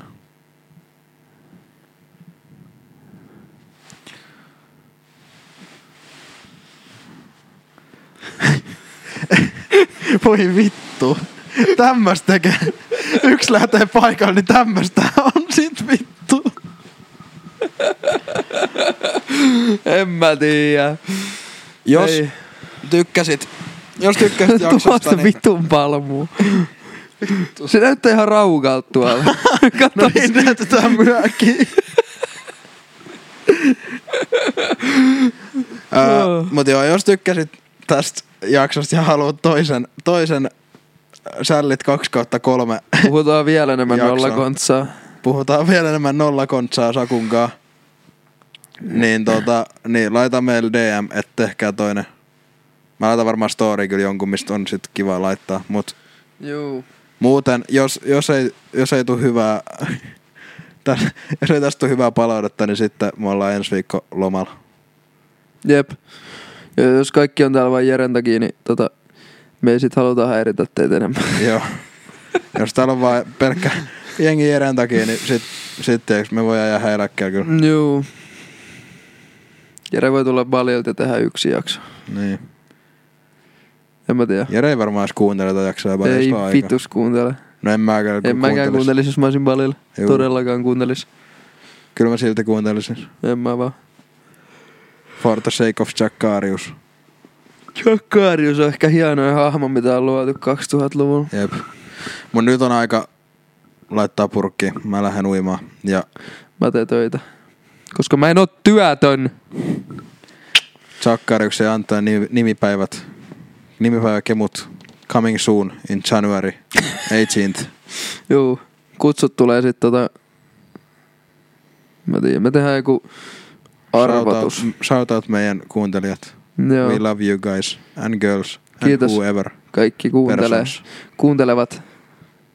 S3: Voi vittu. Tämmöstä tekee. Yksi lähtee paikalle, niin tämmöstä on sit vittu.
S2: En mä tiedä.
S3: Jos
S2: Ei.
S3: tykkäsit, jos tykkäsit jaksosta,
S2: Tuosta
S3: niin...
S2: vitun palmuu. Se näyttää ihan raukalta tuolla. Katso,
S3: No niin, näytetään myöhäkin.
S2: Joo.
S3: Mutta joo, jos tykkäsit tästä jaksosta ja haluat toisen, toisen sällit 2 kautta 3,
S2: Puhutaan vielä enemmän
S3: Jaksaa.
S2: nollakontsaa.
S3: puhutaan vielä enemmän nollakontsaa Sakunkaa, niin, tota, niin laita meille DM, että tehkää toinen. Mä laitan varmaan story kyllä jonkun, mistä on sit kiva laittaa, mut
S2: Juu.
S3: Muuten, jos, jos ei, jos ei tule hyvää, täs, jos ei tästä tule hyvää palautetta, niin sitten me ollaan ensi viikko lomalla.
S2: Jep. Ja jos kaikki on täällä vain Jeren takia, niin tota, me ei sit haluta häiritä teitä enemmän.
S3: Joo. jos täällä on vain pelkkä jengi järjen takia, niin sitten sit, tiiäks, me voidaan jäädä eläkkeelle kyllä.
S2: Juu. Jere voi tulla paljolta ja tehdä yksi jakso.
S3: Niin.
S2: En mä tiedä.
S3: Jere ei varmaan edes kuuntele tätä jaksoa, vaan
S2: ei
S3: ei ole aikaa.
S2: vitus kuuntele.
S3: No en mäkään,
S2: En mäkään
S3: kuuntelisi.
S2: kuuntelis, jos mä olisin paljolla.
S3: Juu.
S2: Todellakaan kuuntelis.
S3: Kyllä mä silti kuuntelisin.
S2: En mä vaan.
S3: For the sake of Jack Karius.
S2: Jakkarius on ehkä hienoin hahmo, mitä on luotu 2000-luvulla.
S3: Jep. Mun nyt on aika laittaa purkki. Mä lähden uimaan. Ja
S2: Mä teen töitä. Koska mä en oo työtön.
S3: Chakkariuksen antaa ni- nimipäivät. Nimipäiväkemut coming soon in January 18th.
S2: Juu. Kutsut tulee sit tota... Mä tiedän, me tehdään joku arvotus.
S3: Shout out, shout out meidän kuuntelijat. Joo.
S2: Joo.
S3: We love you guys and girls and
S2: Kiitos.
S3: whoever.
S2: Kaikki kuuntelee,
S3: persons.
S2: kuuntelevat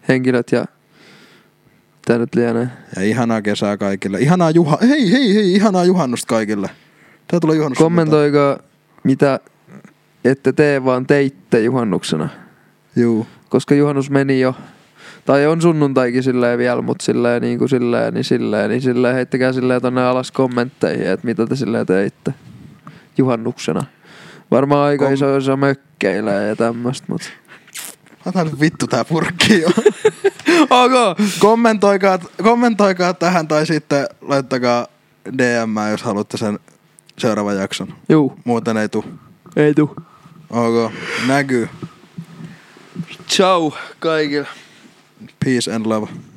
S2: henkilöt ja... Tää nyt lienee.
S3: Ja ihanaa kesää kaikille. Ihanaa juha... Hei, hei, hei, ihanaa juhannusta kaikille. Tää tulee juhannus.
S2: Kommentoikaa, mitä ette tee, vaan teitte juhannuksena.
S3: Juu.
S2: koska juhannus meni jo. Tai on sunnuntaikin silleen vielä, mutta silleen niin kuin silleen, niin silleen, niin silleen heittäkää silleen tonne alas kommentteihin, että mitä te silleen teitte juhannuksena. Varmaan aika
S3: Kom-
S2: iso osa mökkeilee ja tämmöstä, mutta...
S3: Otan nyt vittu tää purkki jo.
S2: Ok!
S3: kommentoikaa, kommentoikaa tähän tai sitten laittakaa DM, jos haluatte sen seuraavan jakson.
S2: Juu,
S3: Muuten ei tuu.
S2: ei tuu.
S3: Ok, näkyy.
S2: Ciao kaikille.
S3: Peace and love.